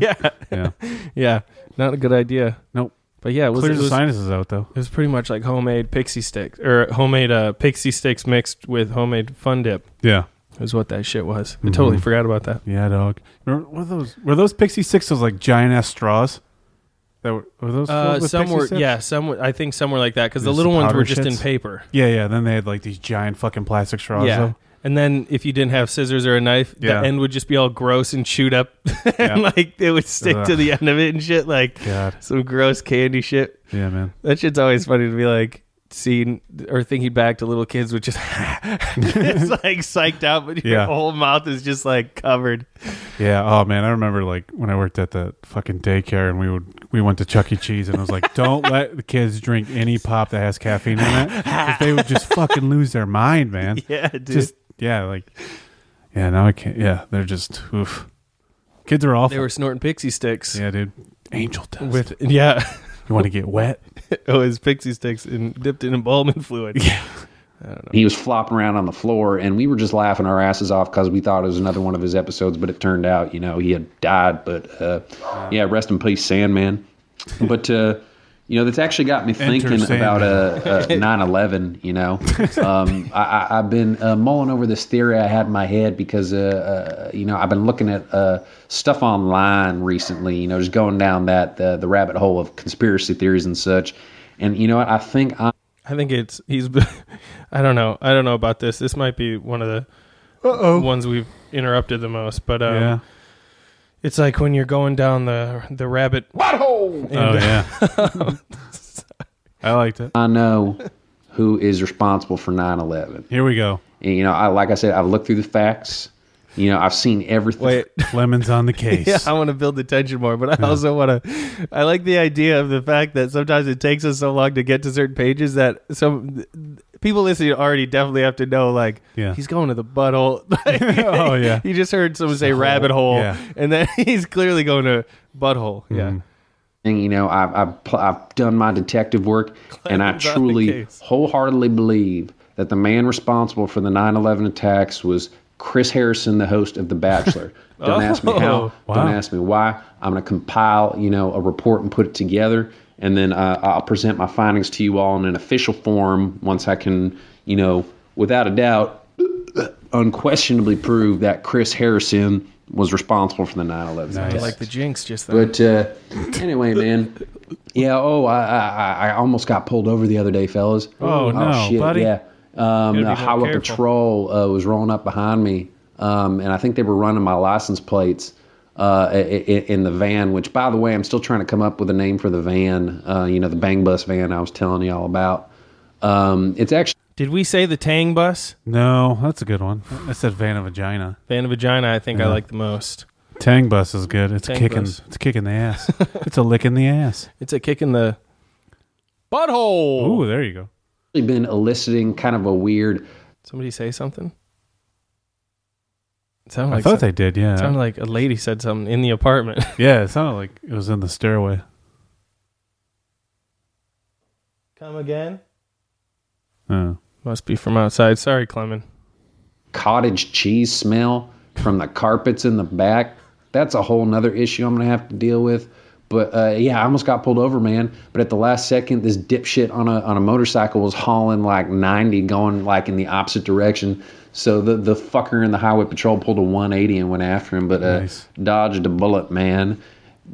S1: yeah.
S2: Yeah.
S1: Yeah. Not a good idea.
S2: Nope.
S1: But yeah, it was,
S2: Clears
S1: it
S2: the
S1: was-
S2: sinuses out, though.
S1: It was pretty much like homemade pixie sticks or homemade uh, pixie sticks mixed with homemade fun dip.
S2: Yeah.
S1: Is what that shit was. I totally
S2: Mhm.
S1: forgot about that.
S2: Yeah, dog. Remember, were those were those pixie sticks those like giant ass straws? That were, were those filled
S1: Uh,
S2: with
S1: some
S2: pixie
S1: were,
S2: sticks?
S1: yeah, some were, I think some were like that because the
S2: Just
S1: little ones
S2: powder
S1: were just in
S2: shits?
S1: paper.
S2: Yeah, yeah. Then they had like these giant fucking plastic straws.
S1: yeah.
S2: though.
S1: And then if you didn't have scissors or a knife,
S2: Yeah.
S1: the end would just be all gross and chewed up, and like it would stick to
S2: Ugh.
S1: the end of it and shit. Like
S2: God.
S1: some gross candy shit.
S2: Yeah, man.
S1: That shit's always funny to be like, scene or thinking back to little kids which is it's like psyched out but your
S2: Yeah.
S1: whole mouth is just like covered
S2: Yeah. Oh man, I remember like when I worked at the fucking daycare, and we would we went to Chuck E. Cheese, and I was like, "Don't let the kids drink any pop that has caffeine in it, 'cause they would just fucking lose their mind, man."
S1: Yeah, dude.
S2: Just yeah, like yeah. Now I can't. Yeah, they're just oof. Kids are awful.
S1: they were snorting pixie sticks
S2: yeah, dude. Angel dust.
S1: with yeah
S2: You want to get wet?
S1: oh his pixie sticks and dipped in embalming fluid yeah
S17: He was flopping around on the floor, and we were just laughing our asses off because we thought it was another one of his episodes. But it turned out, you know, he had died. But uh, yeah, rest in peace, Sandman. But uh, you know, that's actually got me
S2: Enter
S17: thinking
S2: Sandman.
S17: about uh, uh, 9/11. You know, um, I, I, I've been uh, mulling over this theory I had in my head because uh, uh, you know I've been looking at uh, stuff online recently. You know, just going down that uh, the rabbit hole of conspiracy theories and such. And you know what? I think I.
S1: i think it's he's i don't know i don't know about this this might be one of the ones we've interrupted the most but um,
S2: Yeah.
S1: it's like when you're going down the the rabbit
S4: Butthole!
S2: Oh,
S1: And-
S2: I liked it.
S17: I know who is responsible for 9 11.
S2: Here we go.
S17: you know, I like I said, I've looked through the facts. You know, I've seen everything.
S1: Wait.
S2: Lemon's on the case.
S1: Yeah, I want to build the tension more, but I also want to. I like the idea of the fact that sometimes it takes us so long to get to certain pages that some th- th- people listening already definitely have to know. Like,
S2: Yeah.
S1: he's going to the butthole.
S2: Oh, yeah.
S1: you just heard someone say rabbit hole,
S2: Yeah. Mm-hmm.
S1: and then he's clearly going to butthole. Yeah,
S17: And, you know, I've, I've, pl- I've done my detective work, and I
S1: Climbed on the
S17: truly,
S1: case.
S17: wholeheartedly believe that the man responsible for the 9 11 attacks was Chris Harrison, the host of The Bachelor. Don't ask me how.
S2: Oh,
S17: Don't
S2: wow.
S17: ask me why. I'm going to compile, you know, a report and put it together, and then uh, I'll present my findings to you all in an official form once I can, you know, without a doubt, unquestionably prove that Chris Harrison was responsible for the 9/11.
S1: I
S17: attacks.
S1: like the jinx just then.
S17: But uh, anyway, man. Yeah. Oh, I, I I almost got pulled over the other day, fellas.
S2: Oh, no, buddy.
S17: Yeah.
S2: Gotta be
S17: Um,
S2: more
S17: a highway
S2: careful.
S17: patrol uh, was rolling up behind me, um, and I think they were running my license plates uh, i- i- in the van. Which, by the way, I'm still trying to come up with a name for the van. Uh, you know, the bang bus van I was telling y'all about. Um, it's actually.
S1: Did we say the Tang bus?
S2: No, that's a good one. I said van of vagina.
S1: Van of vagina, I think I
S2: Yeah.
S1: like the most.
S2: Tang bus is good. It's
S1: Tang
S2: kicking.
S1: bus.
S2: It's kicking the ass. it's a lick in the ass.
S1: It's a kick in the butthole.
S2: Ooh, there you go.
S17: been eliciting kind of a weird
S1: Somebody say something. It sounded
S2: I
S1: like
S2: thought
S1: some-
S2: they did, yeah.
S1: it sounded like a lady said something in the apartment.
S2: Yeah, it sounded like it was in the stairway.
S1: Come again?
S2: Oh.
S1: Must be from outside. Sorry, Clemen.
S17: cottage cheese smell from the carpets in the back. That's a whole nother issue I'm gonna have to deal with. But uh, yeah, I almost got pulled over, man. But at the last second, this dipshit on a on a motorcycle was hauling like 90, going like in the opposite direction. So the the fucker in the highway patrol pulled a 180 and went after him, but uh,
S2: Nice.
S17: dodged a bullet, man.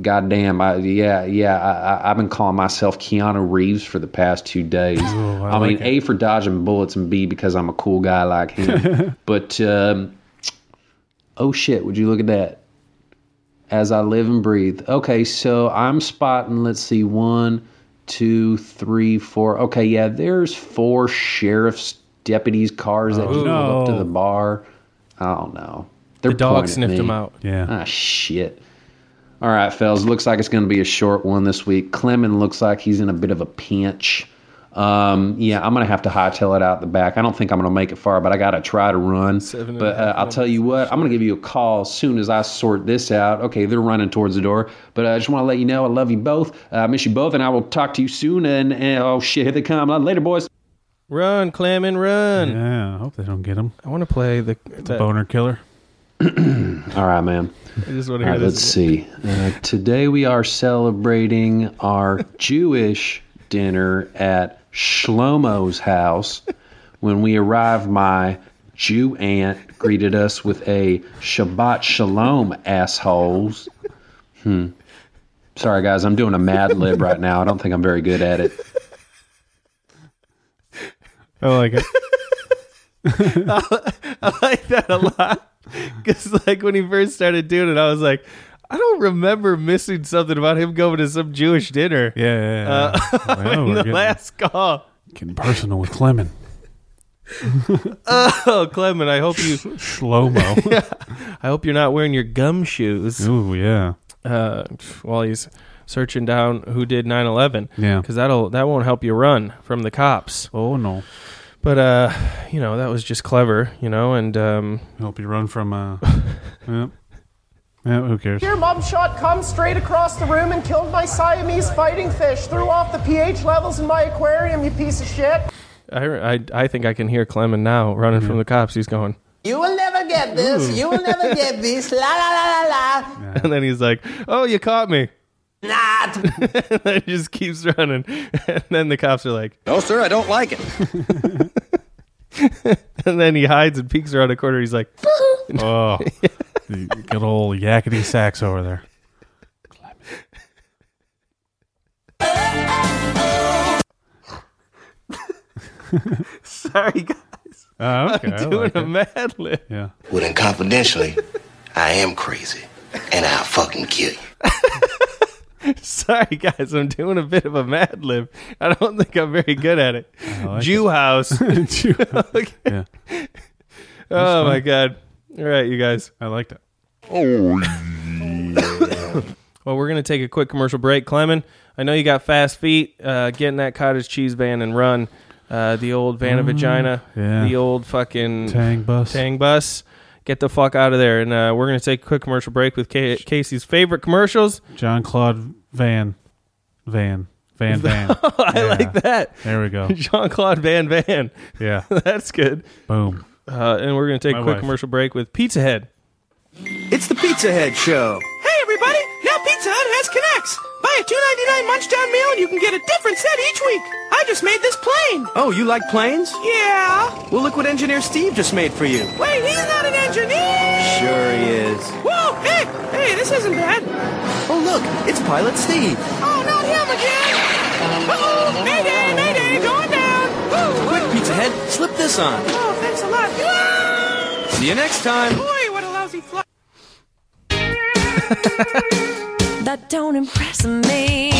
S17: Goddamn, I yeah yeah. I, I, I've been calling myself Keanu Reeves for the past two
S16: Oh,
S17: days.
S2: Oh, I
S17: I, mean,
S2: like it.
S17: A for dodging bullets and B because I'm a cool guy like him. but um, oh shit, would you look at that? As I live and breathe. Okay, so I'm spotting. Let's see, one, two, three, four. Okay, yeah, there's four sheriff's deputies cars that
S2: Oh,
S17: just pulled up to
S2: no.
S17: the bar. I don't know. They're
S1: The dog
S17: pointing at
S1: sniffed
S17: me.
S1: him out.
S2: Yeah.
S17: Ah, shit. All right, fellas. Looks like it's going to be a short one this week. Clemen looks like he's in a bit of a pinch. Um, yeah, I'm going to have to hightail it out the back. I don't think I'm going to make it far, but I got to try to run.
S1: Seven and
S17: but
S1: a half
S17: uh, I'll tell you what, I'm going to give you a call as soon as I sort this out. Okay, they're running towards the door. But uh, I just want to let you know I love you both. Uh, I miss you both, and I will talk to you soon. And, and oh, shit, here they come. Uh, Later, boys.
S1: Run, Clemen, run.
S2: Yeah, I hope they don't get him.
S1: I want to play the.
S2: It's
S1: that-
S2: a boner killer.
S17: All right, man.
S1: I just want to
S17: All
S1: hear
S17: right,
S1: this.
S17: let's see. Uh, today we are celebrating our Jewish dinner at Shlomo's house. When we arrived, my Jew aunt greeted us with a Shabbat Shalom, assholes. Hmm. Sorry, guys, I'm doing a Mad Lib right now. I don't think I'm very good at it.
S2: I like it.
S1: I like that a lot. Because, like, when he first started doing it, I was like, I don't remember missing something about him going to some Jewish dinner.
S2: Yeah, yeah, yeah.
S1: Uh,
S2: I know,
S1: in
S2: we're
S1: the
S2: getting-
S1: last call.
S2: Getting personal with Clement.
S1: oh, Clement, I hope you
S2: Shlomo.
S1: I hope you're not wearing your gum shoes.
S2: Ooh, yeah.
S1: Uh, while he's searching down who did 9/11.
S2: Yeah.
S1: because that'll that won't help you run from the cops.
S2: Oh no.
S1: But uh, you know that was just clever, you know, and um,
S2: help you run from uh, yeah. yeah, who cares?
S6: Your mugshot come straight across the room and killed my Siamese fighting fish. Threw off the pH levels in my aquarium, you piece of shit.
S1: I, I I think I can hear Clement now running from the cops. He's going,
S6: You will never get this. You will never get this. La la la la la.
S1: and then he's like, "Oh, you caught me."
S6: Not.
S1: and then he just keeps running, and then the cops are like,
S13: No, sir, I don't like it.
S1: and then he hides and peeks around a corner. He's like,
S2: Oh, the good old yakety sax over there.
S1: Sorry, guys.
S2: Uh,
S1: I'm doing a mad lib.
S2: Yeah.
S9: Well, then confidentially, I am crazy, and I'll fucking kill you.
S1: Sorry, guys. I'm doing a bit of a mad lib. I don't think I'm very good at it.
S2: Oh, like
S1: Jew house.
S2: Jew Yeah.
S1: Oh
S2: fun.
S1: my god! All right, you guys.
S2: I liked it.
S1: Oh. well, we're gonna take a quick commercial break, Clement. I know you got fast feet. Uh, get in that cottage cheese van and run. Uh, the old van of
S2: Mm,
S1: vagina.
S2: yeah.
S1: The old fucking
S2: Tang bus.
S1: Tang bus. Get the fuck out of there. And uh, we're gonna take a quick commercial break with Ca Casey's favorite commercials.
S2: John Claude Van, Van, Van, Van.
S1: I like that.
S2: There we go.
S1: Jean Claude Van Van.
S2: Yeah.
S1: That's good.
S2: Boom.
S1: Uh, and we're going to take
S2: My
S1: a quick
S2: wife.
S1: commercial break with Pizza Head.
S16: It's the Pizza Head Show. Hey, everybody! Now Pizza Hut has Connects. Buy a $2.99 Munchdown meal and you can get a different set each week. I just made this plane. Oh, you like planes? Yeah. Well, look what engineer Steve just made for you. Wait, he's not an engineer.
S9: Sure he is.
S16: Whoa! Hey, hey, this isn't bad. Oh, look, it's Pilot Steve. Oh, not him again! Uh-oh, Mayday, Mayday, going down. Woo, Quick,
S9: Pizza Head, slip this on.
S16: Oh, thanks a lot. Ah!
S9: See you next time.
S16: Boy, what a lousy fly.
S14: That don't impress me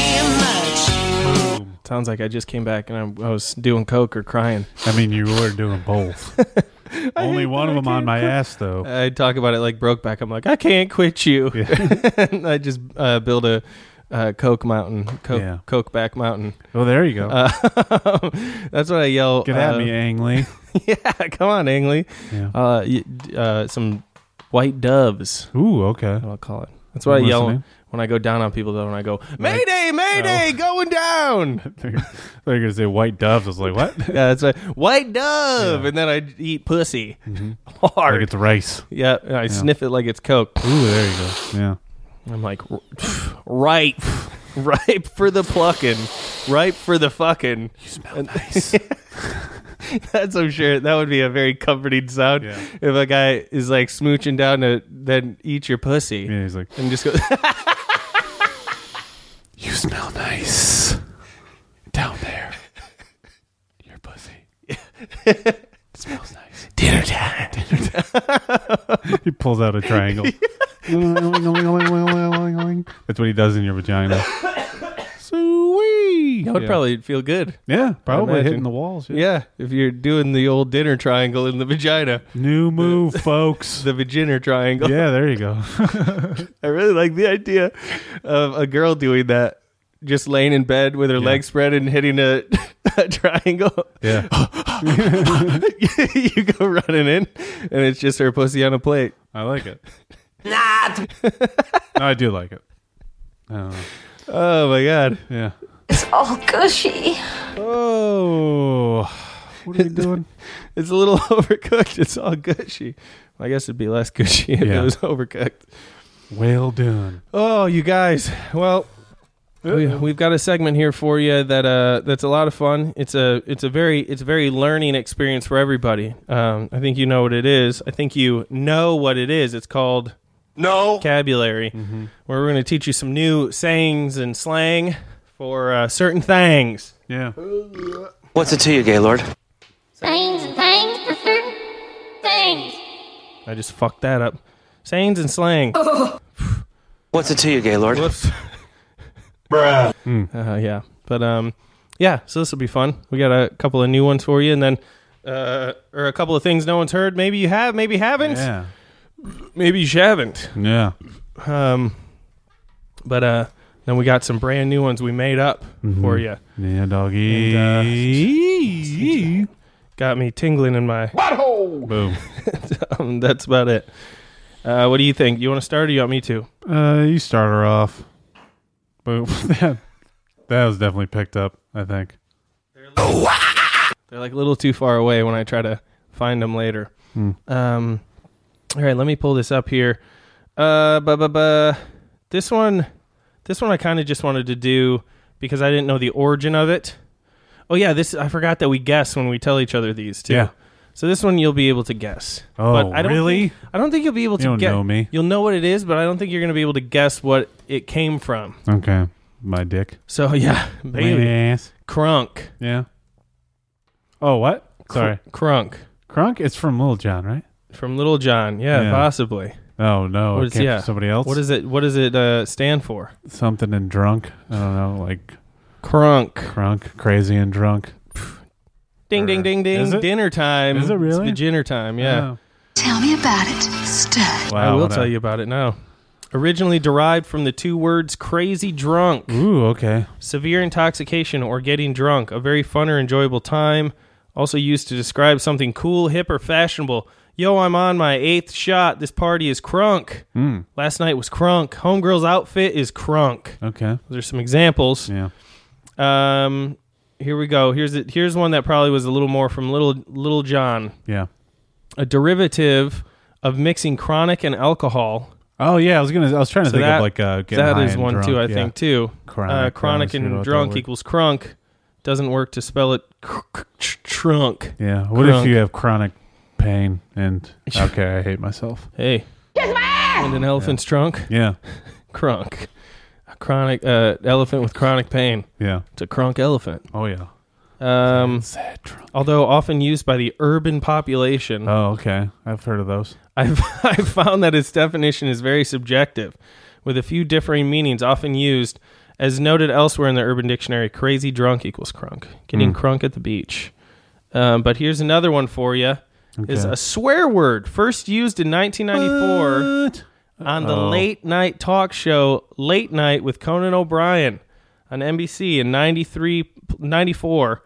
S14: much.
S1: Sounds like I just came back and I'm- I, was doing coke or crying.
S2: I mean, you were doing both. Only one of them on my ass, though.
S1: I talk about it like Brokeback. I'm like, I can't quit you. And I just uh, build a uh, coke mountain, coke,
S2: Yeah.
S1: coke back mountain.
S2: Oh, there you go.
S1: Uh, that's what I yell.
S2: Get at
S1: uh,
S2: me, Ang Lee.
S1: yeah, come on, Angley.
S2: Yeah.
S1: Uh, y- d- uh, some white doves.
S2: Ooh, okay.
S1: I'll call it. That's what
S2: I'm
S1: I yell
S2: listening.
S1: when I go down on people. Though when I go,
S2: Mayday,
S1: Mayday, going down.
S2: They're going to say white doves. I was like, what?
S1: yeah, that's right. White dove, and then I eat pussy hard.
S2: Mm-hmm. Like it's rice.
S1: yeah, and I
S2: Yeah.
S1: sniff it like it's coke.
S2: Ooh, there you go. Yeah.
S1: I'm like, "R- ripe, ripe for the plucking, ripe for the fucking. You
S2: smell nice.
S1: That's I'm sure that would be a very comforting sound
S2: Yeah.
S1: if a guy is like smooching down to then eat your pussy.
S2: Yeah, he's like,
S1: and just go.
S2: You smell nice down there. Your pussy. smells nice. Dinner time. Dinner time. he pulls out a triangle. That's what he does in your vagina. Sweet.
S1: That would
S2: Yeah.
S1: probably feel good.
S2: Yeah, probably
S1: imagine.
S2: hitting the walls.
S1: Yeah. if you're doing the old dinner triangle in the vagina,
S2: New move, folks.
S1: the vagina triangle.
S2: Yeah, there you go.
S1: I really like the idea of a girl doing that, just laying in bed with her legs spread and hitting a, a triangle.
S2: Yeah.
S1: you go running in, and it's just her pussy on a plate.
S2: I like it. No, I do like it. Oh,
S1: Oh my god!
S2: yeah.
S12: It's all gushy.
S2: Oh, what are you doing?
S1: It's a little overcooked. It's all gushy. I guess it'd be less gushy if
S2: Yeah.
S1: it was overcooked.
S2: Well done.
S1: Oh, you guys. Well, we, we've got a segment here for you that uh, that's a lot of fun. It's a it's a very it's a very learning experience for everybody. Um, I think you know what it is. I think you know what it is. It's called no vocabulary, where we're going to teach you some new sayings and slang for uh, certain things.
S2: Yeah.
S9: What's it to you, Gaylord?
S18: Things and things for certain things.
S1: I just fucked that up. Sayings and slang.
S16: Oh.
S9: What's it to you, Gaylord?
S1: Whoops.
S9: Bruh.
S1: Uh, yeah, Hmm. but um, yeah, so this will be fun. We got a couple of new ones for you, and then uh, or a couple of things no one's heard. Maybe you have, maybe you haven't.
S2: Yeah.
S1: Maybe you haven't.
S2: Yeah.
S1: Um, but uh, then we got some brand new ones we made up for you.
S2: Mm-hmm. Yeah, doggy.
S1: And, uh, got me tingling in my
S4: butthole.
S2: Boom.
S1: um, that's about it. Uh, what do you think? You want to start, or you want me to?
S2: Uh, you start her off. Boom. that, that was definitely picked up, I think.
S1: They're like a little too far away when I try to find them later.
S2: Hmm.
S1: Um, all right, let me pull this up here. Uh, bu- bu- bu- this one, this one, I kind of just wanted to do because I didn't know the origin of it. Oh yeah, this I forgot that we guess when we tell each other these too.
S2: Yeah.
S1: So this one you'll be able to guess.
S2: Oh,
S1: I don't
S2: really?
S1: Think, I don't think you'll be able to
S2: You don't
S1: get-
S2: know me.
S1: You'll know what it is, but I don't think you're going to be able to guess what it came from.
S2: Okay. My dick.
S1: So yeah,
S2: Lady
S1: baby,
S2: ass.
S1: crunk,
S2: Yeah. Oh, what? Sorry.
S1: crunk
S2: Crunk? It's from Lil John, right?
S1: from Little John. Yeah,
S2: Yeah.
S1: possibly.
S2: Oh, no.
S1: What
S2: it
S1: is-
S2: came from
S1: yeah.
S2: somebody else?
S1: What does it? What does it uh, stand for?
S2: Something and drunk. I don't know. Like
S1: Crunk.
S2: crunk. Crazy and drunk.
S1: Ding ding ding ding.
S2: Is it?
S1: Dinner time.
S2: Is it really? Oh.
S1: It's the dinner time. Yeah.
S14: Tell me about it, Stud.
S2: Wow,
S1: I will
S2: what a-
S1: tell you about it now. Originally derived from the two words crazy drunk,
S2: Ooh, okay.
S1: severe intoxication or getting drunk, a very fun or enjoyable time. Also used to describe something cool, hip, or fashionable. Yo, I'm on my eighth shot. This party is crunk.
S2: Mm.
S1: Last night was crunk. Homegirl's outfit is crunk.
S2: Okay.
S1: There's some examples.
S2: Yeah.
S1: Um, here we go. Here's it. Here's one that probably was a little more from little Little John.
S2: Yeah.
S1: a derivative of mixing chronic and alcohol.
S2: Oh, yeah. I was going to, I was trying to
S1: So
S2: think
S1: that-
S2: of like uh, getting
S1: that
S2: high
S1: is
S2: and
S1: one
S2: drunk.
S1: too, I
S2: Yeah.
S1: think too.
S2: Chronic.
S1: uh,
S2: I
S1: chronic
S2: always forget
S1: and
S2: about that
S1: drunk
S2: word.
S1: equals crunk. Doesn't work to spell it cr- cr- tr- trunk.
S2: Yeah. What
S1: Crunk.
S2: if you have chronic pain and okay, I hate myself.
S1: Hey, and an elephant's trunk,
S2: Yeah.
S1: crunk. A chronic uh, elephant with chronic pain.
S2: Yeah.
S1: It's a crunk elephant.
S2: Oh yeah.
S1: Um,
S2: Sad drunk.
S1: although often used by the urban population,
S2: Oh, okay. I've heard of those.
S1: I've, I've found that its definition is very subjective, with a few differing meanings often used. As noted elsewhere in the Urban Dictionary, crazy drunk equals crunk. Getting
S2: Hmm.
S1: crunk at the beach. Um, but here's another one for you. Is
S2: Okay.
S1: a swear word first used in 1994
S2: What?
S1: on the
S2: Uh-oh.
S1: late night talk show Late Night with Conan O'Brien on NBC in 93 94.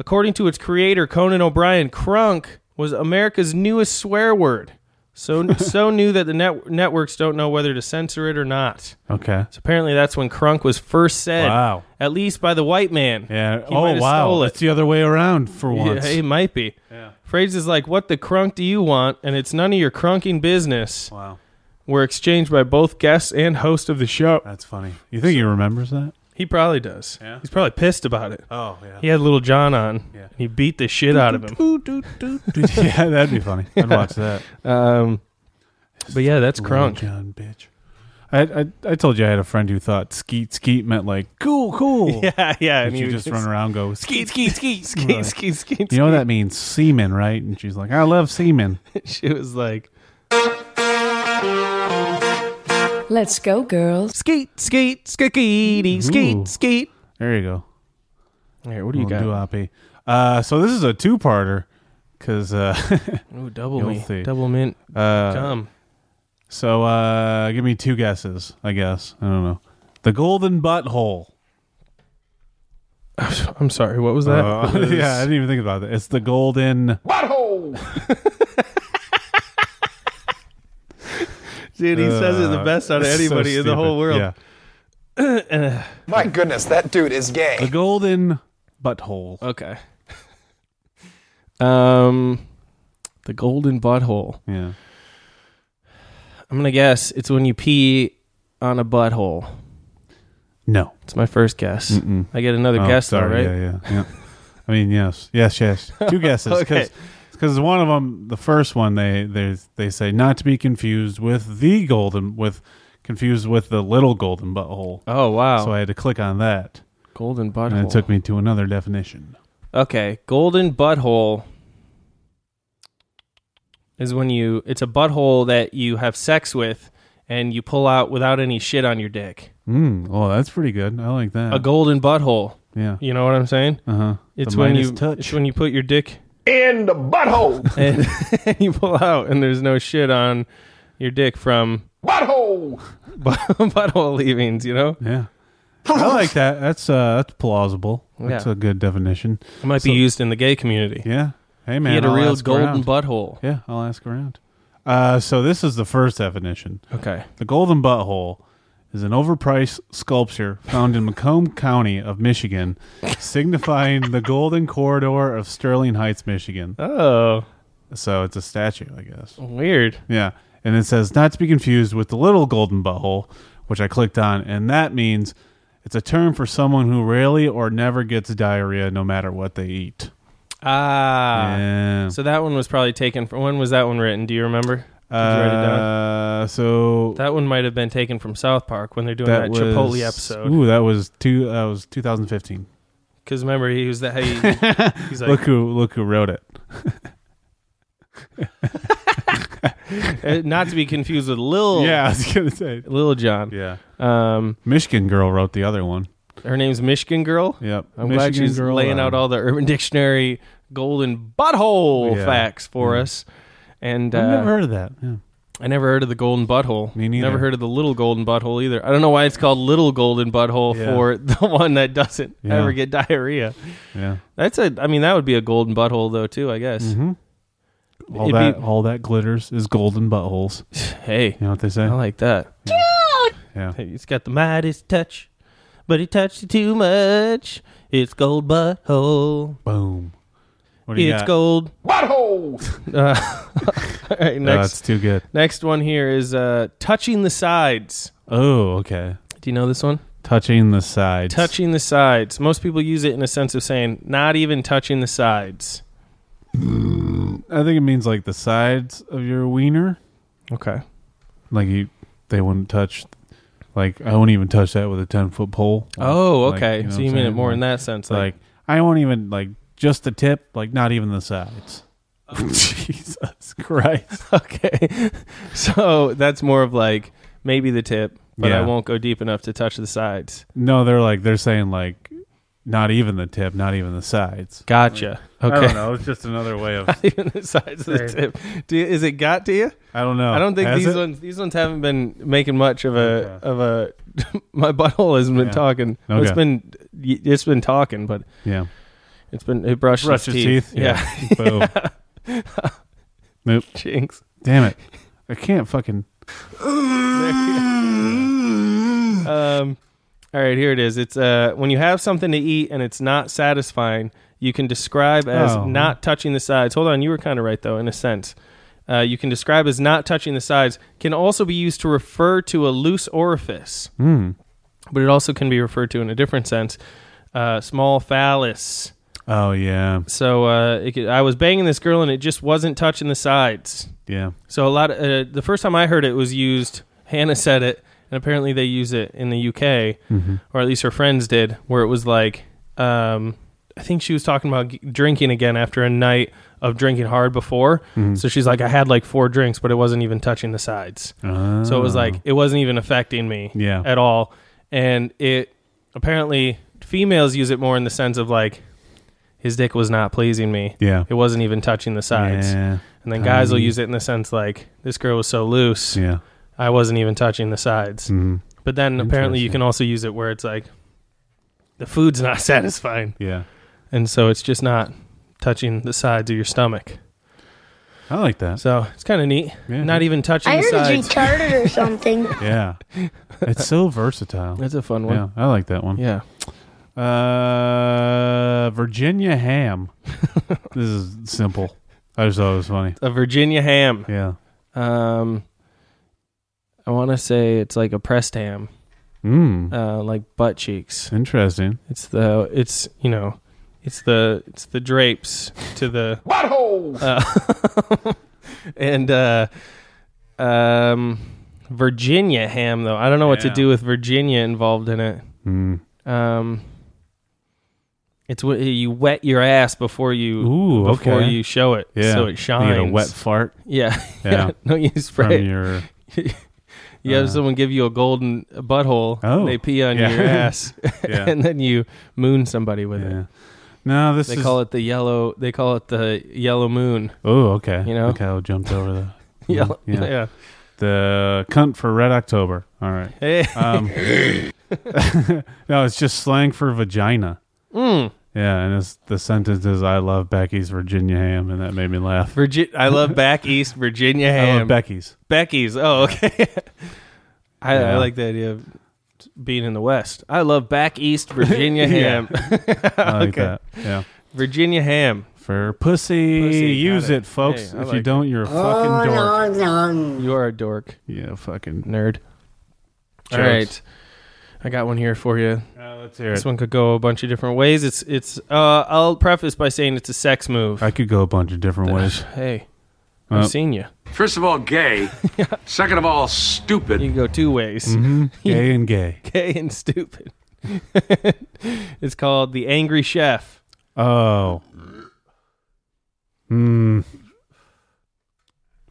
S1: According to its creator Conan O'Brien, crunk was America's newest swear word. So so new that the net- networks don't know whether to censor it or not.
S2: Okay.
S1: So apparently that's when crunk was first said.
S2: Wow.
S1: At least by the white man.
S2: Yeah.
S1: He might
S2: oh
S1: have
S2: wow.
S1: stole it.
S2: It's the other way around for once.
S1: Yeah, it might be.
S2: Yeah.
S1: Phrases like "What the crunk do you want?" and "It's none of your crunking business"
S2: Wow.
S1: were exchanged by both guests and host of the show.
S2: That's funny. You think he remembers that?
S1: He probably does.
S2: Yeah?
S1: He's probably pissed about it.
S2: Oh yeah.
S1: He had little John on.
S2: Yeah.
S1: And he beat the shit out of him.
S2: yeah, that'd be funny. I'd watch that.
S1: Um, but yeah, that's crunk.
S2: John oh bitch. I, I I told you I had a friend who thought skeet skeet meant like cool cool.
S1: Yeah, yeah.
S2: And you just run around and go skeet skeet skeet
S1: Ski, ski, ski,
S2: You know what that means semen, right? And she's like, I love semen.
S1: She was like,
S15: Let's go, girls.
S1: skeet, skeet, skikeety, skeet,
S2: Ooh.
S1: skeet.
S2: There you go.
S1: Here, what do you
S2: Little
S1: got?
S2: duopoly. Uh, so this is a two-parter because uh,
S1: Ooh, double
S2: You'll
S1: me.
S2: see.
S1: Double mint.
S2: uh,
S1: Come.
S2: so uh, give me two guesses. I guess I don't know. The golden butthole.
S1: I'm sorry. What was that?
S2: Uh, yeah, I didn't even think about that. It's the golden.
S4: Butthole.
S1: Dude, he says it the
S2: Uh,
S1: best out of
S2: it's so
S1: anybody in the
S2: stupid.
S1: whole world.
S2: Yeah.
S16: My goodness, that dude is gay.
S2: The golden butthole.
S1: Okay. Um, the golden butthole.
S2: Yeah.
S1: I'm gonna guess it's when you pee on a butthole.
S2: No.
S1: It's my first guess.
S2: Mm-mm.
S1: I get another
S2: Oh,
S1: guess,
S2: sorry.
S1: though, right?
S2: Yeah, yeah, yeah. I mean, yes, yes, yes. Two guesses,
S1: Okay.
S2: because one of them, the first one, they they they say not to be confused with the golden with confused with the little golden butthole.
S1: Oh wow,
S2: So I had to click on that,
S1: golden
S2: and
S1: butthole.
S2: it took me to another definition.
S1: okay, golden butthole is when you. It's a butthole that you have sex with, and you pull out without any shit on your dick.
S2: Mm, oh, that's pretty good. I like that.
S1: A golden butthole.
S2: Yeah.
S1: You know what I'm saying?
S2: Uh huh.
S1: It's when you it's when you put your dick
S4: in the butthole.
S1: and, and you pull out, and there's no shit on your dick from
S4: Butthole.
S1: butt- butthole leavings. You know?
S2: Yeah. I like that. That's uh, that's plausible. That's
S1: Yeah.
S2: a good definition.
S1: It might
S2: So-
S1: be used in the gay community.
S2: Yeah. Hey man,
S1: he had a
S2: I'll
S1: real
S2: ask
S1: golden
S2: around.
S1: butthole.
S2: Yeah, I'll ask around. Uh, so this is the first definition.
S1: Okay.
S2: The golden butthole is an overpriced sculpture found in Macomb County of Michigan, signifying the golden corridor of Sterling Heights, Michigan.
S1: Oh.
S2: So it's a statue, I guess.
S1: Weird.
S2: Yeah. And it says not to be confused with the little golden butthole, which I clicked on, and that means it's a term for someone who rarely or never gets diarrhea no matter what they eat.
S1: Ah.
S2: Yeah.
S1: So that one was probably taken from. When was that one written? Do you remember? Did you write it down?
S2: Uh, so
S1: That one might have been taken from South Park when they're doing that, Chipotle episode.
S2: Ooh, that was two. That was 2015.
S1: Because remember, he was the hey. He's like,
S2: look who look who wrote it.
S1: Uh, not to be confused with Lil.
S2: Yeah, I was gonna say.
S1: Lil John.
S2: Yeah.
S1: Um,
S2: Michigan girl wrote the other one.
S1: her name's Michigan Girl.
S2: Yep.
S1: I'm glad
S2: Michigan
S1: she's
S2: Girl,
S1: laying out
S2: uh,
S1: all the Urban Dictionary golden butthole
S2: Yeah.
S1: facts for
S2: Yeah.
S1: us. And
S2: I've
S1: uh,
S2: never heard of that. Yeah.
S1: I never heard of the golden butthole.
S2: Me neither.
S1: Never heard of the little golden butthole either. I don't know why it's called little golden butthole
S2: Yeah.
S1: for the one that doesn't
S2: Yeah.
S1: ever get diarrhea.
S2: Yeah.
S1: That's a. I mean, that would be a golden butthole though too. I guess.
S2: Mhm. All
S1: It'd
S2: that
S1: be-
S2: all that glitters is golden buttholes.
S1: hey,
S2: You know what they say?
S1: I like that.
S2: Yeah.
S1: Hey, It's got the mightiest touch, but he touched it too much. It's gold butthole.
S2: Boom. What do you
S1: It's
S2: got?
S1: gold.
S4: Butthole.
S1: Uh, all right,
S2: No,
S1: next.
S2: that's too good.
S1: Next one here is uh, touching the sides.
S2: Oh, okay.
S1: Do you know this one?
S2: Touching the sides.
S1: Touching the sides. Most people use it in a sense of saying not even touching the sides.
S2: I think it means like the sides of your wiener.
S1: Okay.
S2: Like you, they wouldn't touch. Like I won't even touch that with a ten foot pole.
S1: Oh,
S2: Like,
S1: okay.
S2: know
S1: so
S2: what
S1: you
S2: I'm
S1: mean it
S2: saying?
S1: more in
S2: Like-
S1: that sense, like,
S2: Like I won't even like just the tip. Like not even the sides. Jesus Christ.
S1: okay. so that's more of like maybe the tip, but I
S2: Yeah.
S1: won't go deep enough to touch the sides.
S2: No, they're like they're saying like not even the tip, not even the sides.
S1: Gotcha. Okay.
S2: I don't know. It's just another way of.
S1: Not even the size of the
S2: Right.
S1: tip. Do you, is it got to you?
S2: I don't know.
S1: I don't think
S2: Has
S1: these
S2: it?
S1: ones these ones haven't been making much of a
S2: Okay.
S1: of a. my butthole hasn't been
S2: Yeah.
S1: talking. Well, It's
S2: Okay.
S1: been it's been talking, but
S2: Yeah.
S1: it's been it brushed
S2: Brush
S1: its
S2: its teeth. Yeah. Boom. Nope.
S1: Jinx.
S2: Damn it. I can't fucking.
S1: Um. All right, here it is. It's uh when you have something to eat and it's not satisfying, you can describe as
S2: Oh.
S1: not touching the sides. Hold on, you were kind of right though, in a sense. Uh, you can describe as not touching the sides can also be used to refer to a loose orifice,
S2: Mm.
S1: but it also can be referred to in a different sense, uh, small phallus.
S2: Oh yeah.
S1: So uh, it could, I was banging this girl and it just wasn't touching the sides.
S2: Yeah.
S1: So a lot of uh, the first time I heard it was used. Hannah said it, and apparently they use it in the UK,
S2: Mm-hmm.
S1: or at least her friends did, where it was like, um, I think she was talking about g- drinking again after a night of drinking hard before.
S2: Mm-hmm.
S1: So she's like, I had like four drinks, but it wasn't even touching the sides. So it was like it wasn't even affecting me
S2: Ah. Yeah.
S1: at all. And it apparently females use it more in the sense of like his dick was not pleasing me.
S2: Yeah.
S1: It wasn't even touching the sides.
S2: Yeah.
S1: And then guys will
S2: Tiny.
S1: use it in the sense like this girl was so loose.
S2: Yeah.
S1: I wasn't even touching the sides.
S2: Mhm.
S1: But then apparently you
S2: Interesting.
S1: can also use it where it's like the food's not satisfying.
S2: Yeah.
S1: And so it's just not touching the sides of your stomach.
S2: I like that.
S1: So it's kind of neat.
S2: Yeah.
S1: Not even touching
S18: I
S1: the
S18: heard it's
S1: sides.
S18: retarded or something.
S2: Yeah. It's so versatile.
S1: That's a fun one.
S2: Yeah, I like that one.
S1: Yeah.
S2: Uh, Virginia ham. this is simple. I just thought it was funny.
S1: A Virginia ham.
S2: Yeah.
S1: Um, I want to say it's like a pressed ham,
S2: Mm.
S1: uh, like butt cheeks.
S2: Interesting.
S1: It's the it's you know, it's the it's the drapes to the
S4: Butthole.
S1: uh, and uh, um, Virginia ham though. I don't know what to
S2: Yeah.
S1: do with Virginia involved in it.
S2: Mm.
S1: Um, it's what you wet your ass before you
S2: Ooh,
S1: before
S2: okay.
S1: you show it,
S2: Yeah.
S1: so it
S2: You
S1: shines.
S2: get a wet fart
S1: yeah,
S2: Yeah.
S1: no, you
S2: from
S1: spray it
S2: your. uh,
S1: you You have someone give you a golden butthole.
S2: Oh.
S1: and they pee on
S2: Yeah.
S1: your ass,
S2: Yeah.
S1: and then you moon somebody with it.
S2: No, this
S1: they
S2: is-
S1: call it the yellow. They call it the yellow moon.
S2: Oh, okay.
S1: You know,
S2: the cow jumped over the.
S1: Yeah, yeah.
S2: The cunt for Red October. All right.
S1: Hey.
S2: Um, no, it's just slang for vagina.
S1: Mm.
S2: Yeah, and it's, the sentence is "I love Becky's Virginia ham," and that made me laugh.
S1: Virgi- I love back east Virginia
S2: I
S1: ham.
S2: love Becky's.
S1: Becky's. Oh, okay. I,
S2: Yeah.
S1: I like the idea of being in the West. I love back east Virginia
S2: Yeah.
S1: ham.
S2: I like that. Yeah.
S1: Virginia ham.
S2: For pussy,
S1: Pussy,
S2: use
S1: got
S2: it,
S1: it.
S2: folks.
S1: Hey, I
S2: if you
S1: like
S2: don't,
S1: it.
S2: you're a fucking dork.
S1: You are a dork.
S2: Yeah, fucking
S1: nerd. All
S2: Jokes.
S1: right. I got one here for you.
S2: Uh, let's hear
S1: this
S2: it.
S1: one could go a bunch of different ways. It's it's uh I'll preface by saying it's a sex move.
S2: I could go a bunch of different ways.
S1: Hey.
S2: Uh,
S1: I've seen you.
S19: First of all, gay. Second of all, stupid.
S1: You can go two ways.
S2: Mhm. Gay and gay.
S1: Gay and stupid. it's called The Angry Chef.
S2: Oh. Hmm.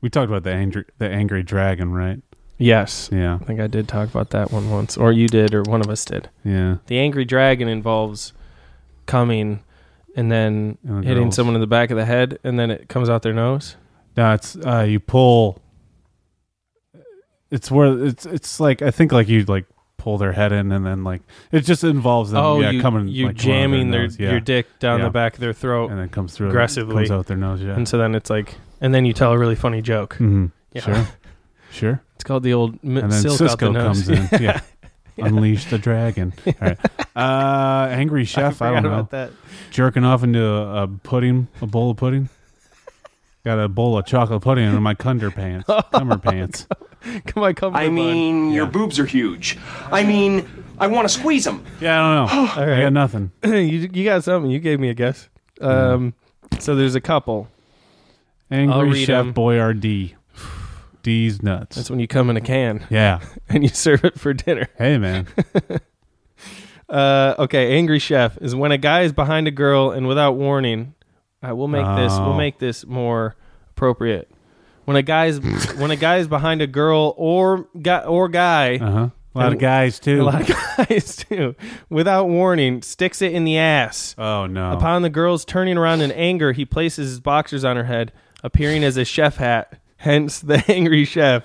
S2: We talked about the angry the angry dragon, right?
S1: Yes.
S2: Yeah.
S1: I think I did talk about that one once, or you did, or one of us did.
S2: Yeah.
S1: The angry dragon involves coming and then
S2: And the
S1: hitting
S2: girls.
S1: someone in the back of the head, and then it comes out their nose.
S2: No, it's uh you pull it's where it's it's like I think like you like pull their head in and then like it just involves them
S1: oh,
S2: yeah
S1: you,
S2: coming
S1: you
S2: like, going out
S1: jamming their,
S2: nose, yeah.
S1: your dick down
S2: Yeah.
S1: the back of their throat,
S2: And then comes through-
S1: aggressively,
S2: comes out their nose, yeah.
S1: and so then it's like, and then you tell a really funny joke.
S2: Mhm. Sure. Sure.
S1: It's called the old m-
S2: and then
S1: silk out
S2: Cisco
S1: the nose.
S2: comes in. Yeah. Unleash the dragon. All right. Uh, angry chef. I,
S1: forgot
S2: don't know.
S1: about that.
S2: Jerking off into a, a pudding, a bowl of pudding. Got a bowl of chocolate pudding in my cunder pants. Cummer pants.
S1: Come on, come
S20: I mean, your boobs are huge. I mean, I want to squeeze them.
S2: Yeah, I don't know.
S1: All right.
S2: I got nothing.
S1: you you got something. You gave me a guess. Um, so there's a couple. I'll
S2: Angry
S1: read
S2: chef
S1: 'em.
S2: Boyardee. D's nuts.
S1: That's when you come in a can.
S2: Yeah.
S1: and you serve it for dinner.
S2: Hey man.
S1: uh, okay, angry chef is when a guy is behind a girl and without warning. I will make this.
S2: Oh.
S1: We'll make this more appropriate. When a guy's when a guy is behind a girl or guy or guy.
S2: Uh-huh. A lot of guys, too.
S1: A lot of guys too. Without warning, sticks it in the ass.
S2: Oh no.
S1: Upon the girl's turning around in anger, he places his boxers on her head, appearing as a chef hat, hence the angry chef.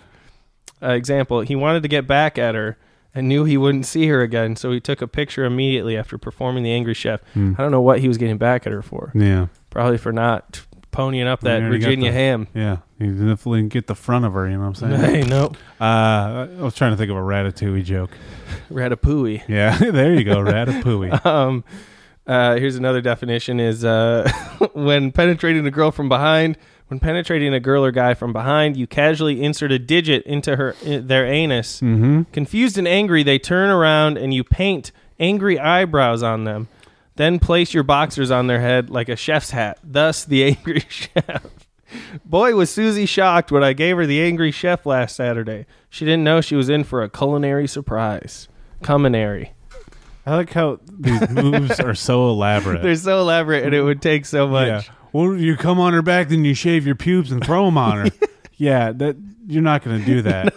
S1: Uh, example, he wanted to get back at her and knew he wouldn't see her again, so he took a picture immediately after performing the angry chef.
S2: Hmm.
S1: I don't know what he was getting back at her for.
S2: Yeah.
S1: Probably for not t- ponying up that
S2: You already got
S1: Virginia
S2: the-
S1: ham.
S2: Yeah, you definitely get the front of her. You know what I'm saying?
S1: Hey, nope.
S2: Uh, I was trying to think of a ratatouille joke.
S1: Ratatouille.
S2: Yeah, there you go, ratatouille.
S1: um, uh, here's another definition: is uh, when penetrating a girl from behind. When penetrating a girl or guy from behind, you casually insert a digit into her i- their anus.
S2: Mhm.
S1: Confused and angry, they turn around and you paint angry eyebrows on them. Then place your boxers on their head like a chef's hat. Thus, the angry chef. Boy, was Susie shocked when I gave her the angry chef last Saturday. She didn't know she was in for a culinary surprise. Culinary.
S2: I like how these moves are so elaborate.
S1: They're so elaborate, and it would take so much.
S2: Well, you come on her back, then you shave your pubes and throw them on her. yeah, that you're not going to do that.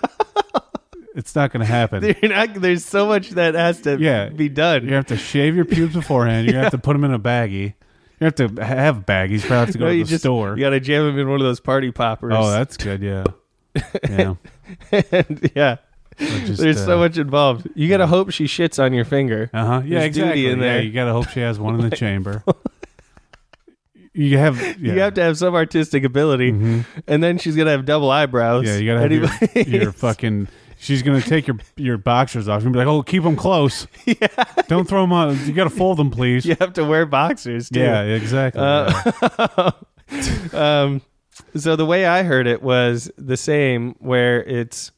S2: It's not going to happen.
S1: They're not- there's so much that has to
S2: Yeah,
S1: be done.
S2: You have to shave your pubes beforehand. You have to put them in a baggie. You have to have baggies. You have to go
S1: No,
S2: to
S1: you
S2: the
S1: just-
S2: store.
S1: You got to jam them in one of those party poppers.
S2: Oh, that's good. Yeah, yeah.
S1: and, yeah.
S2: just,
S1: There's
S2: uh,
S1: so much involved. You gotta hope she shits on your finger.
S2: Uh huh. Yeah,
S1: There's duty
S2: exactly.
S1: in there.
S2: Yeah, you gotta hope she has one in the chamber. you have yeah. Mm-hmm.
S1: You have to have some artistic ability, and then she's gonna have double eyebrows.
S2: yeah, you gotta have your,
S1: Anyway,
S2: your fucking. She's gonna take your your boxers off. She'll be like, "Oh, keep them close. Don't throw them on. You gotta fold them, please."
S1: you have to wear boxers. Too.
S2: Yeah, exactly.
S1: Uh, um, so the way I heard it was the same, where it's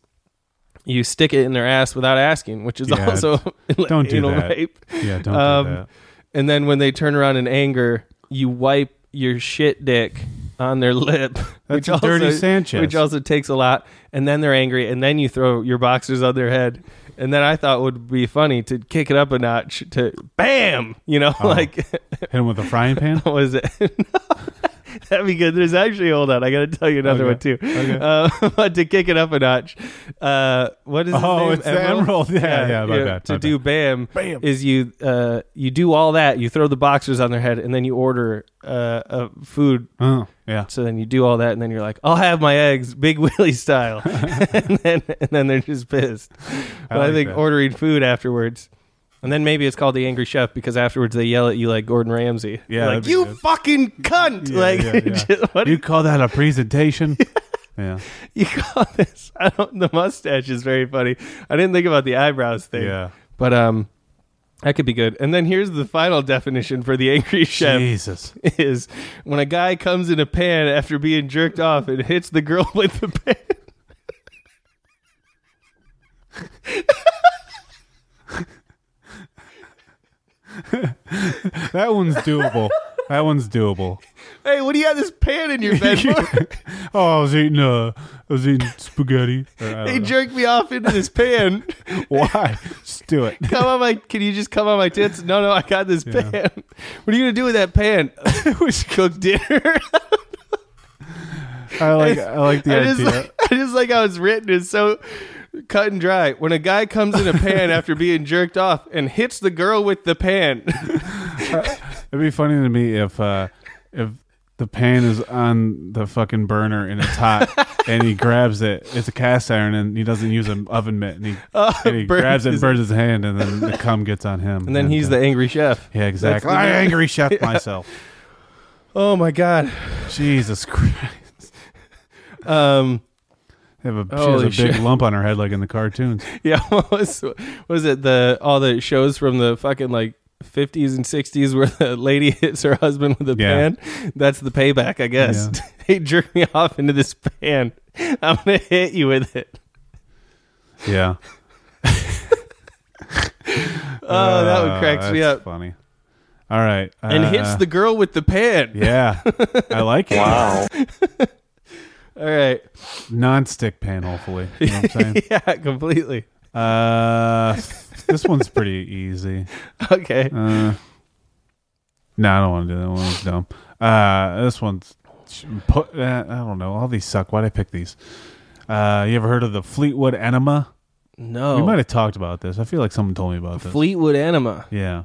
S1: you stick it in their ass without asking, which is
S2: Yeah,
S1: also
S2: it's- don't do
S1: anal
S2: that.
S1: rape.
S2: Yeah, don't do that.
S1: Um, And then when they turn around in anger, you wipe your shit dick on their lip.
S2: That's a dirty Sanchez.
S1: Which also takes a lot. And then they're angry, and then you throw your boxers on their head. And then I thought would be funny to kick it up a notch to bam, you know,
S2: Oh.
S1: like
S2: Hit them with a frying pan.
S1: was it? That'd be good. There's actually hold on, I gotta tell you another
S2: Okay.
S1: one too.
S2: Okay.
S1: Uh, but to kick it up a notch, uh, what is his
S2: Oh,
S1: name?
S2: it's the Emerald. Yeah, yeah, my
S1: you know,
S2: bad,
S1: To
S2: my
S1: do bam,
S2: Bam.
S1: is you uh, you do all that. You throw the boxers on their head, and then you order uh, uh, food.
S2: Oh, yeah.
S1: So then you do all that, and then you're like, I'll have my eggs, Big Willie style, and then and then they're just pissed. But I,
S2: like
S1: think
S2: that.
S1: ordering food afterwards. And then maybe it's called the angry chef because afterwards they yell at you like Gordon Ramsay.
S2: Yeah, that'd
S1: like
S2: be
S1: you
S2: good.
S1: fucking cunt.
S2: Yeah,
S1: like
S2: yeah, yeah.
S1: just- what
S2: you call that a presentation? yeah.
S1: you call this? I don't. The mustache is very funny. I didn't think about the eyebrows thing.
S2: Yeah.
S1: but um, that could be good. And then here's the final definition for the angry chef.
S2: Jesus.
S1: is when a guy comes in a pan after being jerked off and hits the girl with the pan.
S2: That one's doable. that one's doable.
S1: Hey, what do you have this pan in your bed for?
S2: Oh, I was eating uh, I was eating spaghetti. Or, I
S1: he
S2: don't know.
S1: jerked me off into this pan.
S2: Why? Just do it.
S1: come on my can you just come on my tits no no i got this
S2: Yeah.
S1: pan what are you gonna do with that pan we should cook dinner
S2: I like I like the
S1: I just,
S2: idea.
S1: like, I just like how it's written it's so cut and dry when a guy comes in a pan after being jerked off and hits the girl with the pan
S2: It'd be funny to me if uh if the pan is on the fucking burner and it's hot and he grabs it. It's a cast iron and he doesn't use an oven mitt and he,
S1: Oh,
S2: and he
S1: burns
S2: grabs it and
S1: his-
S2: burns his hand and then the cum gets on him.
S1: and then he's
S2: uh,
S1: the angry chef
S2: Yeah, exactly.
S1: That's
S2: I
S1: the-
S2: angry chef myself.
S1: oh my god
S2: Jesus Christ.
S1: um
S2: Have a, she has
S1: Holy
S2: a big
S1: shit.
S2: lump on her head like in the cartoons.
S1: yeah what was, what was it the uh, all the shows from the fucking like 50s and 60s where the lady hits her husband with a
S2: Yeah.
S1: pan that's the payback i guess hey jerk me off into this pan i'm gonna hit you with it
S2: Yeah.
S1: oh that one cracks me
S2: Uh, that's
S1: up
S2: Funny. All right.
S1: and hits
S2: uh,
S1: the girl with the pan
S2: Yeah. I like it. Wow.
S1: all right
S2: Non-stick pan, hopefully. You know what I'm saying?
S1: yeah completely
S2: Uh, this one's pretty easy.
S1: okay
S2: Uh, no, I don't want to do that one. It's dumb. Uh, this one's put. Uh, I don't know. All these suck. Why'd I pick these? Uh, you ever heard of the Fleetwood Enema?
S1: no
S2: We might have talked about this. I feel like someone told me about this.
S1: fleetwood anima
S2: yeah.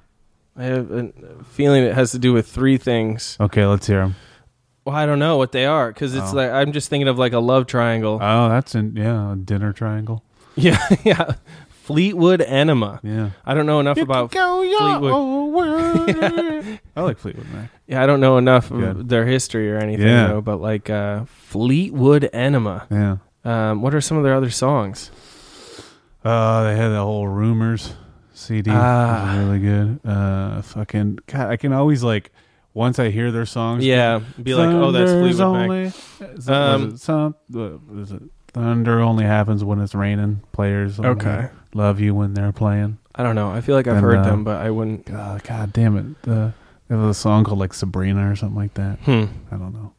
S1: i have a feeling it has to do with three things
S2: Okay, let's hear them.
S1: well i don't know what they are because it's
S2: Oh.
S1: like i'm just thinking of like a love triangle
S2: Oh, that's in yeah, a dinner triangle.
S1: Yeah, yeah. Fleetwood Enema.
S2: Yeah.
S1: I don't know enough about Fleetwood.
S2: I like Fleetwood Mac.
S1: Yeah, I don't know enough
S2: Good.
S1: of their history or anything,
S2: Yeah.
S1: though, but like uh, Fleetwood Enema.
S2: Yeah.
S1: Um, what are some of their other songs?
S2: Uh, they had the whole rumors CD,
S1: Ah.
S2: which is really good. Uh, fucking God, I can always like once I hear their songs,
S1: Yeah, be like, oh, that's
S2: "Thunder's
S1: Fleetwood Mac."
S2: only, Is it-
S1: Um,
S2: was it some, what is it? Thunder only happens when it's raining. Players, only
S1: Okay.
S2: love you when they're playing.
S1: I don't know. I feel like I've
S2: And,
S1: heard
S2: uh,
S1: them, but I wouldn't.
S2: Uh, God damn it, the, there was a song called like Sabrina or something like that.
S1: Hmm.
S2: I don't know.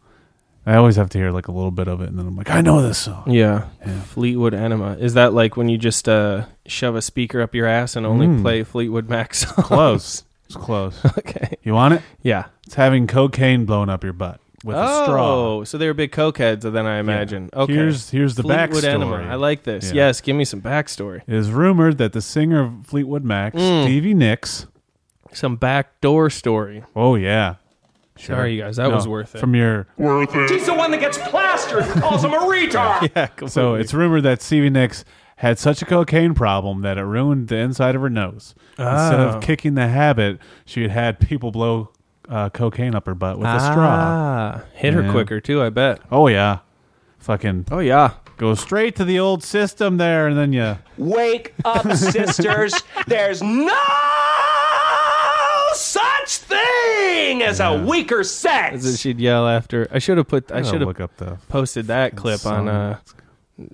S2: I always have to hear like a little bit of it, and then I'm like, I know this song.
S1: Yeah.
S2: Yeah.
S1: Fleetwood Enema. Is that like when you just uh, shove a speaker up your ass and only
S2: Mm.
S1: play Fleetwood Mac songs?
S2: Close. it's close.
S1: okay.
S2: You want it?
S1: Yeah.
S2: It's having cocaine blown up your butt with
S1: oh,
S2: a straw.
S1: so they were big cokeheads, then I imagine. Okay.
S2: Here's- here's the
S1: Fleetwood Enema.
S2: backstory.
S1: I like this.
S2: Yeah.
S1: Yes, give me some backstory.
S2: It is rumored that the singer of Fleetwood Mac,
S1: Mm.
S2: Stevie Nicks.
S1: Some backdoor story.
S2: Oh yeah. Sure.
S1: Sorry, you guys. That was worth it.
S2: From your
S16: She's the one that gets plastered and calls him a retard.
S1: yeah,
S2: so it's rumored that Stevie Nicks had such a cocaine problem that it ruined the inside of her nose. Instead
S1: Oh.
S2: of kicking the habit, she had had people blow uh, cocaine up her butt with a straw.
S1: Ah, Hit her
S2: Yeah.
S1: quicker too. I bet.
S2: Oh yeah, fucking
S1: Oh yeah.
S2: go straight to the old system there, and then you.
S16: Wake up, sisters. There's no such thing as a weaker
S1: That's what
S16: sex.
S1: she'd yell after. I should have put. I
S2: gotta
S1: should have
S2: look up the
S1: posted that clip on
S2: song.
S1: uh,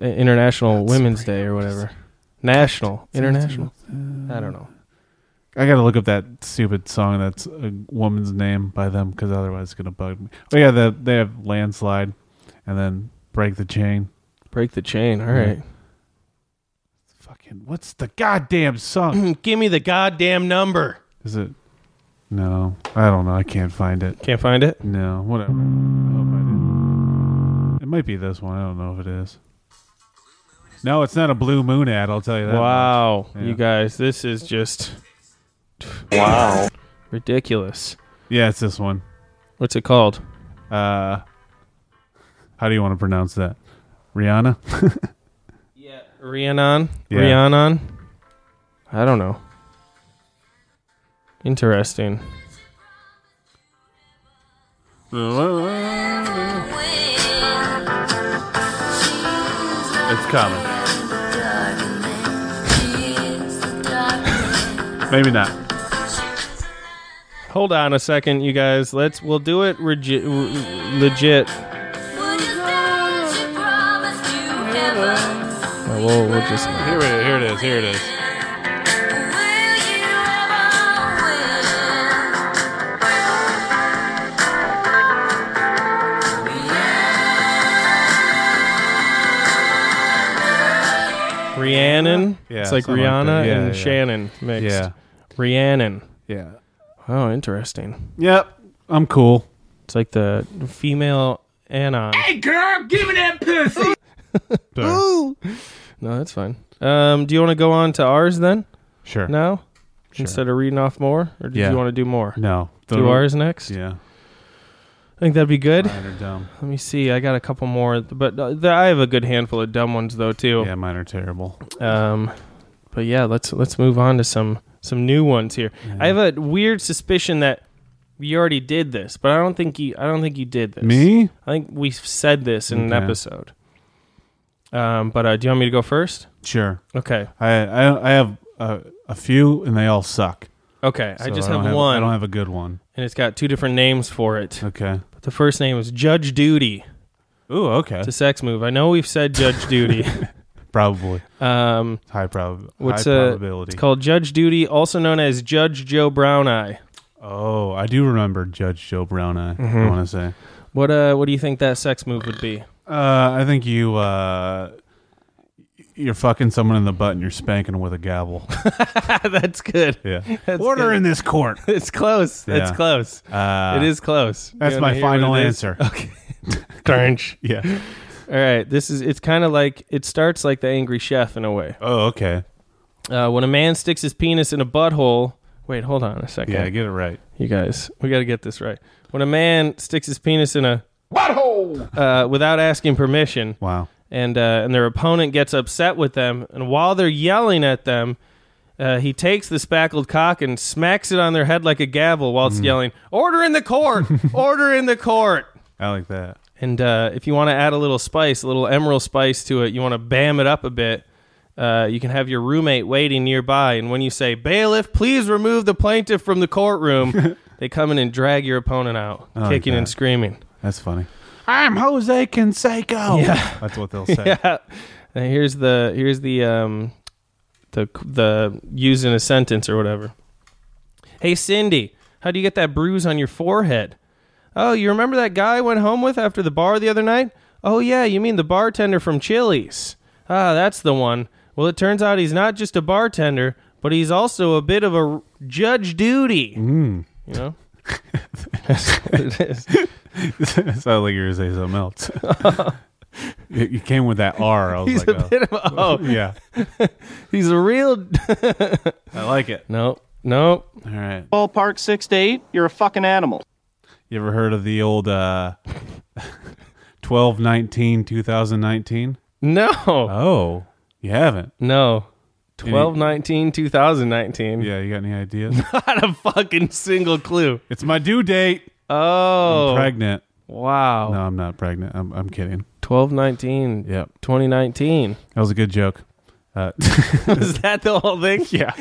S1: International Women's Day or whatever. National, international. I don't know.
S2: I gotta look up that stupid song that's a woman's name by them because otherwise it's gonna bug me. Oh yeah, the, they have landslide, and then break the chain.
S1: Break the chain. All right.
S2: Fucking what's the goddamn song?
S1: Give me the goddamn number.
S2: Is it No, I don't know. I can't find it.
S1: Can't find it?
S2: No, whatever. I hope I did. It might be this one. I don't know if it is. No, it's not a Blue Moon ad. I'll tell you that.
S1: Wow, you guys, this is just
S2: Wow.
S1: ridiculous.
S2: Yeah, it's this one.
S1: What's it called?
S2: Uh, how do you want to pronounce that? Rihanna.
S1: Rhiannon?
S2: Yeah.
S1: Rhiannon? I don't know. Interesting.
S2: It's coming. Maybe not.
S1: Hold on a second, you guys. Let's we'll do it regi- w- legit. Oh, we'll, we'll just
S2: Here it, here it is. Here it is.
S1: Rhiannon.
S2: Yeah,
S1: it's like
S2: something like
S1: Rihanna
S2: that. Yeah,
S1: and
S2: yeah.
S1: Shannon mixed.
S2: Yeah.
S1: Rhiannon.
S2: Yeah.
S1: Oh, interesting.
S2: Yep. I'm cool.
S1: It's like the female Anon.
S16: Hey, girl, give me that pussy.
S1: Ooh. No, that's fine. Um, do you want to go on to ours then?
S2: Sure.
S1: Now, instead of reading off more, or do
S2: Yeah.
S1: you want to do more?
S2: No.
S1: Do ours next.
S2: Yeah.
S1: I think that'd be good.
S2: Mine are dumb.
S1: Let me see. I got a couple more, but uh, th- I have a good handful of dumb ones though too.
S2: Yeah, mine are terrible.
S1: Um, but yeah, let's let's move on to some some new ones here. I have a weird suspicion that you already did this, but I don't think you I don't think you did this.
S2: Me?
S1: I think we said this in an
S2: Okay.
S1: episode. Um, but uh, do you want me to go first?
S2: Sure.
S1: Okay.
S2: I I, I have a, a few and they all suck.
S1: Okay, I
S2: So
S1: just
S2: don't
S1: have one.
S2: I don't have a good one.
S1: and it's got two different names for it.
S2: Okay.
S1: But the first name is Judge Duty.
S2: Ooh, okay.
S1: It's a sex move. I know we've said Judge Duty.
S2: Probably.
S1: Um,
S2: high prob-
S1: What's
S2: high
S1: uh,
S2: probability.
S1: It's called Judge Duty, also known as Judge Joe Brown Eye.
S2: Oh, I do remember Judge Joe Brown. I
S1: Mhm.
S2: want to say.
S1: What uh, what do you think that sex move would be?
S2: Uh, I think you uh, you're fucking someone in the butt and you're spanking them with a gavel.
S1: That's good.
S2: Yeah.
S1: That's
S2: Order
S1: good.
S2: in this court.
S1: It's close. It's
S2: Yeah.
S1: close.
S2: Uh,
S1: it is close.
S2: that's
S1: You
S2: my
S1: wanna hear what
S2: final
S1: it is?
S2: answer.
S1: Okay. Crunch.
S2: Yeah.
S1: All right. This is. It's kind of like it starts like the angry chef in a way.
S2: Oh, okay.
S1: Uh, when a man sticks his penis in a butthole. Wait, hold on a second.
S2: Yeah, get it right.
S1: You guys, we got to get this right. When a man sticks his penis in a
S4: Butthole!
S1: uh, without asking permission.
S2: Wow.
S1: And uh, and their opponent gets upset with them, and while they're yelling at them, uh, he takes the spackled cock and smacks it on their head like a gavel
S2: Mm.
S1: whilst yelling, "Order in the court! Order in the court!"
S2: I like that.
S1: And uh, if you want to add a little spice, a little emerald spice to it, you want to bam it up a bit. Uh, you can have your roommate waiting nearby, and when you say "bailiff, please remove the plaintiff from the courtroom," they come in and drag your opponent out,
S2: I like
S1: kicking and
S2: that.
S1: screaming.
S2: That's funny. I'm Jose Canseco. Yeah. That's what they'll say.
S1: Yeah. And here's the here's the um the the used in a sentence or whatever. Hey Cindy, how do you get that bruise on your forehead? Oh, you remember that guy I went home with after the bar the other night? Oh yeah, you mean the bartender from Chili's. Ah, that's the one. Well, it turns out he's not just a bartender, but he's also a bit of a r- judge duty.
S2: Mm.
S1: You know? That's what it is.
S2: Sounds like you were saying something else. you, you came with that R. I was
S1: He's
S2: like,
S1: a
S2: oh.
S1: bit of a- oh.
S2: yeah.
S1: He's a real
S2: I like it.
S1: No. No.
S2: All right.
S16: Ballpark six to eight. You're a fucking animal.
S2: You ever heard of the old uh, 12 19 2019?
S1: No.
S2: Oh, you haven't?
S1: No. 12 19 2019
S2: Yeah, you got any ideas?
S1: not a fucking single clue
S2: it's my due date.
S1: oh
S2: I'm pregnant.
S1: wow
S2: No, I'm not pregnant. I'm, I'm kidding.
S1: 12 19
S2: Yep.
S1: 2019
S2: That was a good joke. Uh,
S1: is that the whole thing
S2: yeah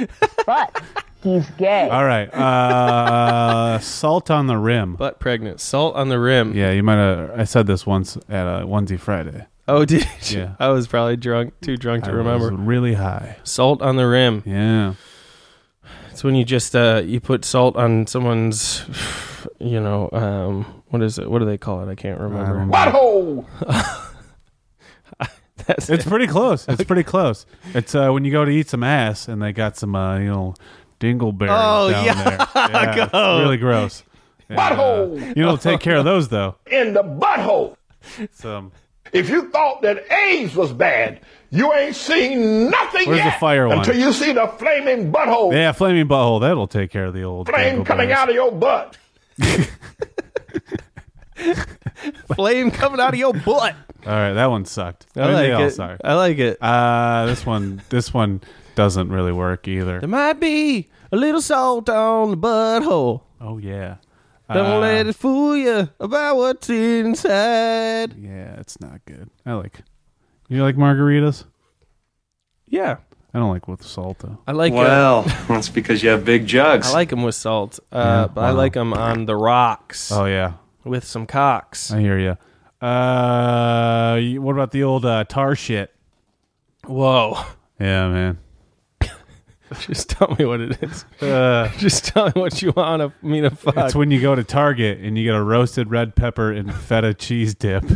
S21: But he's gay.
S2: all right. Uh, salt on the rim.
S1: butt pregnant salt on the rim
S2: Yeah, you might have. I said this once at uh, Onesie Friday.
S1: oh did you?
S2: Yeah.
S1: i was probably drunk too drunk to
S2: I
S1: remember
S2: was really high.
S1: salt on the rim
S2: Yeah.
S1: it's when you just uh you put salt on someone's you know um what is it what do they call it i can't remember
S2: don't know.
S4: Butthole!
S1: That's
S2: It's
S1: it.
S2: pretty close. It's pretty close. It's uh, when you go to eat some ass and they got some, uh, you know, dingleberries
S1: Oh,
S2: down
S1: yeah.
S2: there. Yeah, it's
S1: Go.
S2: really gross. And, uh,
S4: Butthole.
S2: you don't take care of those though.
S4: in the butthole.
S2: Some.
S4: If you thought that AIDS was bad, you ain't seen nothing
S2: Where's the
S4: yet
S2: fire one?
S4: until you see the flaming butthole
S2: Yeah, flaming butthole. That'll take care of the old
S4: flame coming out of your butt.
S1: Flame coming out of your butt.
S2: All right, that one sucked.
S1: I
S2: mean, they
S1: like
S2: all
S1: it.
S2: suck.
S1: I like it.
S2: Uh, this one, this one doesn't really work either.
S1: There might be a little salt on the butthole.
S2: Oh yeah.
S1: Don't
S2: Uh,
S1: let it fool you about what's inside.
S2: Yeah, it's not good. I like. You like margaritas?
S1: Yeah,
S2: I don't like with salt though.
S1: I like.
S20: Well,
S1: uh,
S20: that's because you have big jugs.
S1: I like them with salt, uh,
S2: Yeah,
S1: but I
S2: wow.
S1: like them on the rocks.
S2: Oh yeah,
S1: with some cocks.
S2: I hear you. Uh, you- what about the old uh, tar shit?
S1: Whoa!
S2: Yeah, man.
S1: Just tell me what it is.
S2: Uh,
S1: Just tell me what you want to me to fuck.
S2: It's when you go to Target and you get a roasted red pepper and feta cheese dip.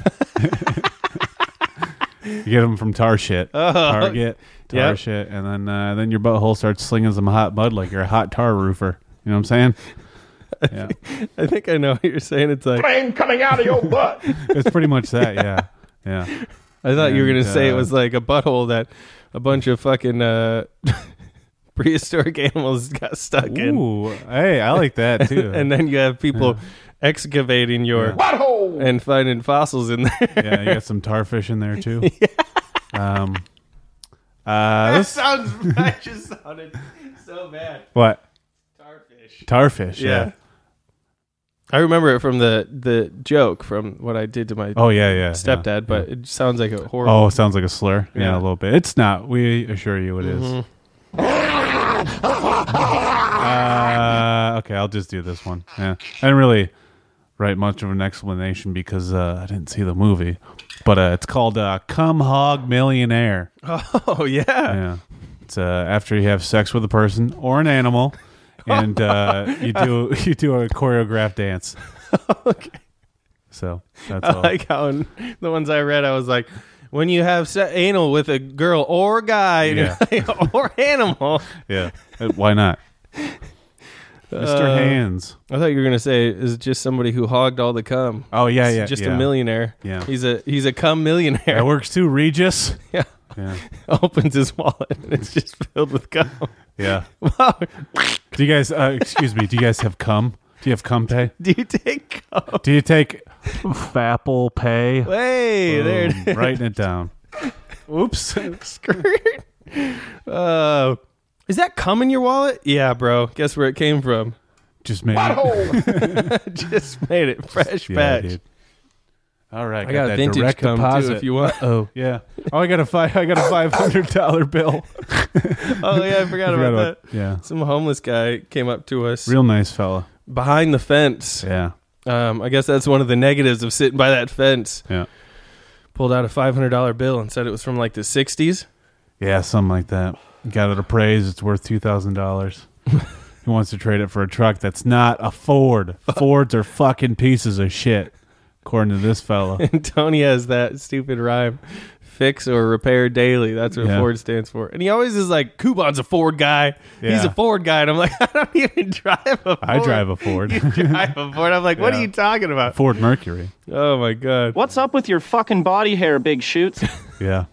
S2: you get them from Tar Shit,
S1: Oh,
S2: Target, Tar
S1: yep.
S2: Shit, and then uh, then your butthole starts slinging some hot mud like you're a hot tar roofer. You know what I'm saying? Yeah,
S1: I think I know what you're saying. It's like
S4: Flame coming out of your butt.
S2: it's pretty much that. Yeah, yeah.
S1: I thought you were gonna
S2: And,
S1: say it
S2: uh,
S1: was like a butthole that a bunch of fucking uh, prehistoric animals got stuck in,
S2: Ooh, hey, I like that too.
S1: and then you have people excavating your
S4: butthole
S1: and finding fossils in there.
S2: yeah, you got some tarfish in there too. Um, uh, this,
S1: sounds I just sounded so bad.
S2: what
S1: Starfish.
S2: tarfish? yeah.
S1: Yeah. I remember it from the the joke from what I did to my
S2: Oh, yeah, yeah,
S1: stepdad,
S2: yeah,
S1: but it sounds like a horrible.
S2: Oh, it sounds like a slur. Yeah, Mm-hmm.
S1: Yeah.
S2: a little bit. It's not. We assure you it is.
S1: Mhm.
S2: Uh, okay, I'll just do this one. Yeah. I didn't really write much of an explanation because uh, I didn't see the movie. But uh, it's called uh, Come Hog Millionaire.
S1: Oh yeah.
S2: Yeah. It's uh, after you have sex with a person or an animal
S1: Oh.
S2: and uh, you do you do a choreographed dance.
S1: okay.
S2: So that's
S1: I
S2: all.
S1: like how in the ones I read, I was like, when you have se- anal with a girl or a guy and you're like, or animal.
S2: yeah. Uh, Why not? Mr.
S1: Uh,
S2: Hands.
S1: I thought you were gonna say is just somebody who hogged all the cum.
S2: Oh, yeah, yeah,
S1: just
S2: yeah.
S1: a millionaire.
S2: Yeah.
S1: he's a he's a cum millionaire.
S2: That works too, Regis.
S1: Yeah.
S2: Yeah.
S1: Opens his wallet and it's just filled with cum.
S2: Yeah.
S1: Wow.
S2: Do you guys? Uh, excuse me. Do you guys have cum? Do you have cum pay?
S1: Do you take cum?
S2: Do you take Fapple pay?
S1: Hey, there it is.
S2: Writing it down. Oops.
S1: Skirt. Uh, is that cum in your wallet? Yeah, bro. Guess where it came from?
S2: Just made.
S4: Butthole.
S1: just made it fresh
S2: Yeah,
S1: batch.
S2: dude. All right.
S1: I got a vintage cum, too, if you want.
S2: Oh yeah. Oh, I got a five. I got a five hundred dollar bill.
S1: Oh yeah, I forgot, about, that.
S2: Yeah.
S1: Some homeless guy came up to us
S2: Real nice fella.
S1: behind the fence.
S2: Yeah.
S1: Um, I guess that's one of the negatives of sitting by that fence.
S2: Yeah.
S1: Pulled out a five hundred dollar bill and said it was from like the sixties.
S2: Yeah, something like that. Got it appraised. It's worth two thousand dollars. He wants to trade it for a truck that's not a Ford. Fords are fucking pieces of shit, according to this fella.
S1: And Tony has that stupid rhyme. Fix or repair daily. That's what
S2: Yeah.
S1: Ford stands for. And he always is like, Coupon's a Ford guy. He's
S2: Yeah.
S1: a Ford guy. And I'm like, I don't even drive a Ford.
S2: I drive a Ford.
S1: You drive a Ford. I'm like, what are
S2: Yeah.
S1: you talking about?
S2: Ford Mercury.
S1: Oh my God.
S5: What's up with your fucking body hair, big shoots?
S2: Yeah,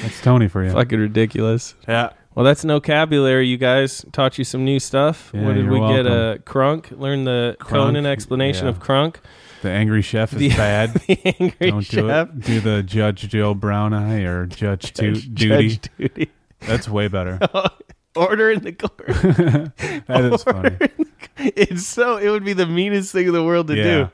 S2: that's Tony for you.
S1: Fucking ridiculous.
S2: Yeah.
S1: Well, that's no vocabulary, you guys. Taught you some new stuff.
S2: Yeah,
S1: what did
S2: you're
S1: we get?
S2: welcome.
S1: Uh, crunk. Learn the Conan explanation
S2: yeah.
S1: of crunk.
S2: The angry chef is
S1: The-
S2: bad.
S1: the angry
S2: Don't
S1: chef.
S2: do it. Do the Judge Joe Brown Eye or Judge, Tu-
S1: Judge
S2: Duty.
S1: Duty. Oh,
S2: That's way better.
S1: Order in the court.
S2: That is funny.
S1: it's so. It would be the meanest thing in the world to
S2: Yeah.
S1: do.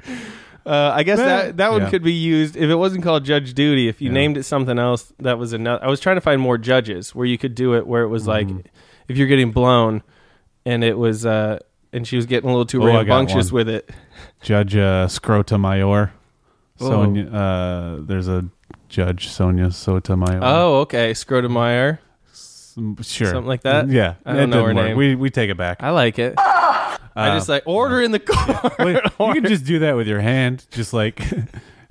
S1: Uh, I guess
S2: Well,
S1: that that one
S2: yeah.
S1: could be used if it wasn't called Judge Duty. If you named it something else, that was another. I was trying to find more judges where you could do it where it was like,
S2: Mm-hmm.
S1: if you're getting blown, and it was, uh, and she was getting a little too
S2: Oh, I got
S1: rambunctious
S2: one.
S1: with it.
S2: Judge uh, Scrotomayor.
S1: Oh.
S2: Sonia. Uh, there's a Judge Sonia Sotomayor.
S1: Oh, okay, Scrotomeyer.
S2: Some- sure,
S1: Something like that?
S2: Yeah,
S1: I don't know her
S2: didn't work.
S1: name.
S2: We we take it back.
S1: I like it. I
S2: Uh,
S1: just like order in the court.
S2: Wait, you can just do that with your hand, just like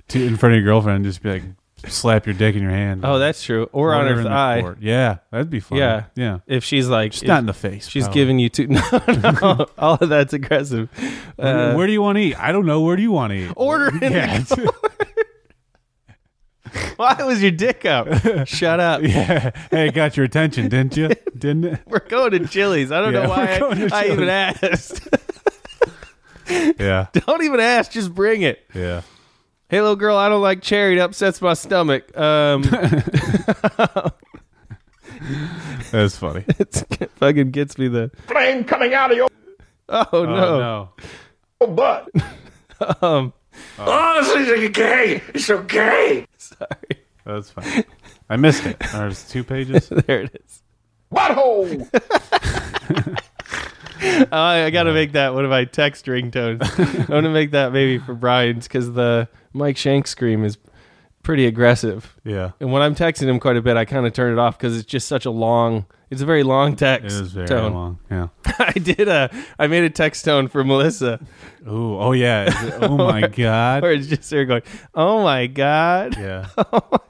S2: to in front of your girlfriend, just be like, slap your dick in your hand.
S12: Oh, that's true. Or on
S2: Whatever
S12: her
S2: in the
S12: thigh.
S2: court. Yeah, that'd be fun.
S12: Yeah,
S2: yeah.
S12: If she's like,
S2: Just
S12: if
S2: not in the face,
S12: She's
S2: probably.
S12: giving you two. No, no, all of that's aggressive.
S2: Where-
S1: Uh,
S2: where do you want to eat? I don't know. Where do you want to eat?
S12: Uh, Order in
S2: Yeah.
S12: Why was your dick up? Shut up.
S2: yeah. Hey, it got your attention, didn't you? Didn't it?
S12: We're going to Chili's. I don't
S2: Yeah,
S12: know
S2: we're
S12: why
S2: going to
S12: I, I even
S2: Chili's.
S12: asked.
S2: Yeah.
S12: don't even ask. Just bring it.
S2: Yeah.
S12: Hey, little girl, I don't like cherry. It upsets my stomach. Um,
S2: That's funny.
S12: it's, it fucking gets me the.
S4: Flame coming out of your
S12: Oh, no.
S4: butt.
S12: Um,
S4: Oh, this is gay. It's so gay.
S2: That's fine. I missed it. There's two pages.
S12: there it is.
S4: Butthole.
S12: Uh, I got to make that one of my text ringtones. I want to make that maybe for Brian's because the Mike Shank scream is pretty aggressive.
S2: Yeah.
S12: And when I'm texting him quite a bit, I kind of turn it off because it's just such a long. It's a very long text.
S2: It is very
S12: tone.
S2: long. Yeah.
S12: I did a. I made a text tone for Melissa.
S2: Ooh. Oh yeah. Is it- oh my god.
S12: Or it's just her going. Oh my god. Oh,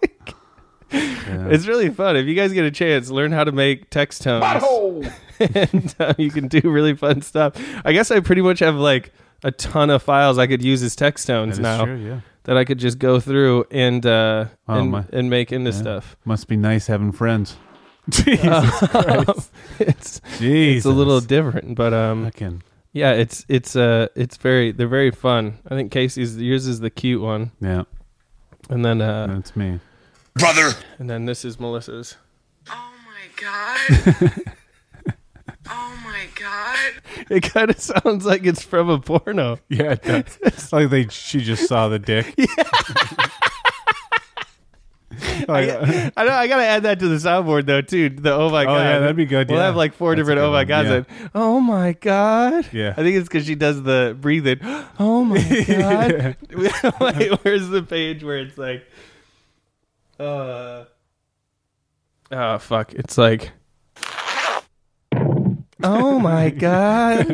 S2: Yeah.
S12: It's really fun. If you guys get a chance, learn how to make text tones.
S4: Butthole.
S12: and uh, you can do really fun stuff. I guess I pretty much have like a ton of files I could use as text tones
S2: That is
S12: now.
S2: true, yeah.
S12: That I could just go through and uh,
S2: Oh,
S12: and,
S2: my-
S12: and make into
S2: Yeah.
S12: stuff.
S2: Must be nice having friends. Jesus Christ.
S12: It's it's a
S2: Jesus.
S12: little different, but um, yeah, it's it's uh, it's very they're very fun. I think Casey's yours is the cute one.
S2: Yeah.
S12: And then uh,
S2: That's me.
S12: brother. And then this is Melissa's. Oh my god. oh my god. It kind of sounds like it's from a porno.
S2: Yeah. It does. It's like they. She just saw the dick. Like,
S12: I, I, know, I gotta add that to the soundboard though too. The oh my
S2: Oh,
S12: god,
S2: yeah, that'd be good,
S12: We'll
S2: yeah.
S12: have like four
S2: That's a
S12: different
S2: good
S12: oh my
S2: one,
S12: gods.
S2: yeah.
S12: and, Oh my god.
S2: Yeah.
S12: I think it's because she does the breathing. Oh my god. Wait, where's the page where it's like, uh, oh fuck, it's like. Oh my god.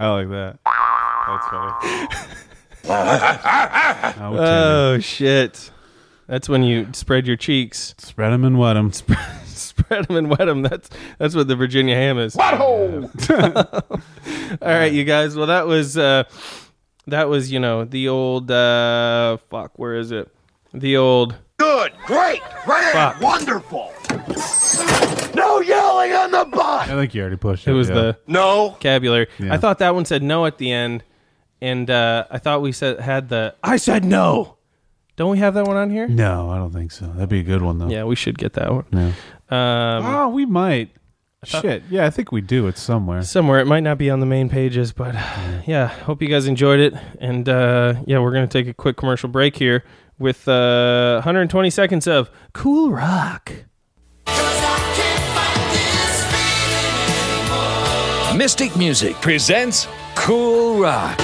S2: I like that. That's funny. Oh, Timmy.
S12: oh shit. That's when you spread your cheeks.
S2: Spread them and wet them.
S12: spread them and wet them. That's that's what the Virginia ham is. All right, you guys. Well, that was uh, that was you know the old uh, fuck. Where is it? The old
S4: Good. Great. Great.
S12: Fuck.
S4: Wonderful. No yelling on the butt.
S2: I think you already pushed it.
S12: It was
S2: yeah.
S12: the
S4: No.
S12: vocabulary.
S2: Yeah.
S12: I thought that one said no at the end, and uh, I thought we said had the I said no. Don't we have that one on here?
S2: No, I don't think so. That'd be a good one though.
S12: Yeah, we should get that one.
S2: Yeah.
S12: Um,
S2: oh, we might.
S12: thought-
S2: Shit. Yeah, I think we do. It's somewhere.
S12: somewhere. It might not be on the main pages, but yeah, hope you guys enjoyed it. And uh, yeah, we're going to take a quick commercial break here with uh, 120 seconds of Cool Rock.
S16: Mystic Music presents Cool Rock.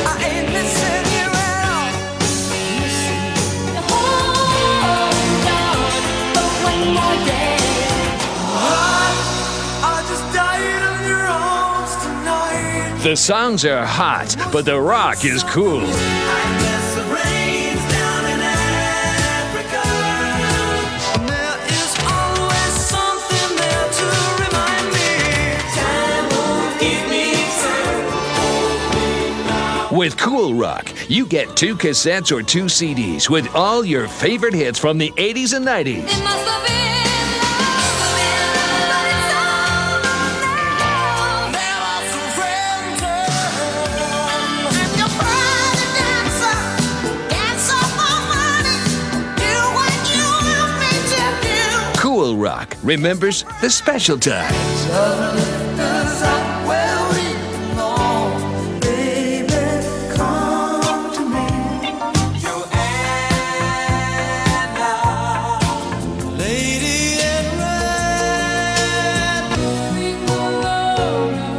S16: The songs are hot, but the rock is cool. With Cool Rock, you get two cassettes or two CDs with all your favorite hits from the 80s and 90s. Cool Rock remembers the special time.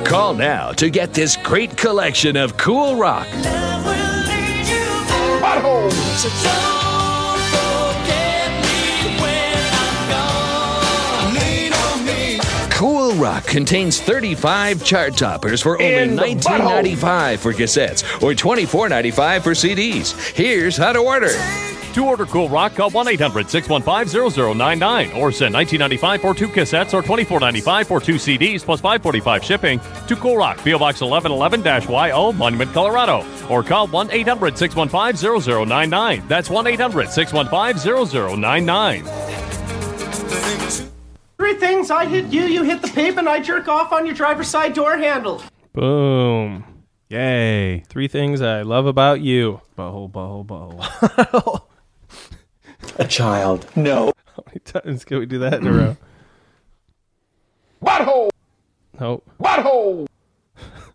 S16: Call now to get this great collection of Cool Rock. Cool Rock contains 35 chart toppers for only
S4: In the
S16: $19.95 for cassettes or $24.95 for CDs. Here's how to order
S3: To order Cool Rock, call 1 800 615 0099 or send 1995 for two cassettes or 2495 for two CDs plus 545 shipping to Cool Rock, PO Box 1111 YO, Monument, Colorado. Or call 1 800 615 0099. That's 1 800 615 0099.
S6: Three things I hit you, you hit the pavement, I jerk off on your driver's side door handle.
S1: Boom.
S2: Yay.
S1: Three things I love about you.
S2: Butthole, butthole, butthole.
S7: A child. No.
S1: How many times can we do that in a row?
S4: Butthole.
S1: Nope.
S4: Butthole.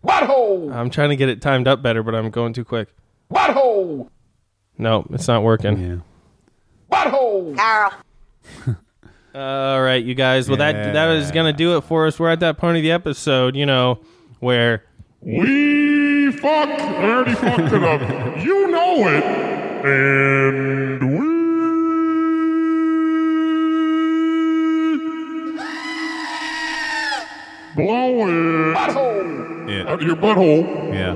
S4: Butthole.
S1: I'm trying to get it timed up better, but I'm going too quick.
S4: Butthole.
S1: Nope, it's not working.
S2: Yeah.
S4: Butthole.
S18: Carl.
S1: All right, you guys. Well, that that is gonna do it for us. We're at that point of the episode, you know, where
S22: We fucked. I already fucked it up. You know it. And we. Blow it.
S4: Butthole.
S2: Yeah.
S22: Out of your butthole.
S2: Yeah.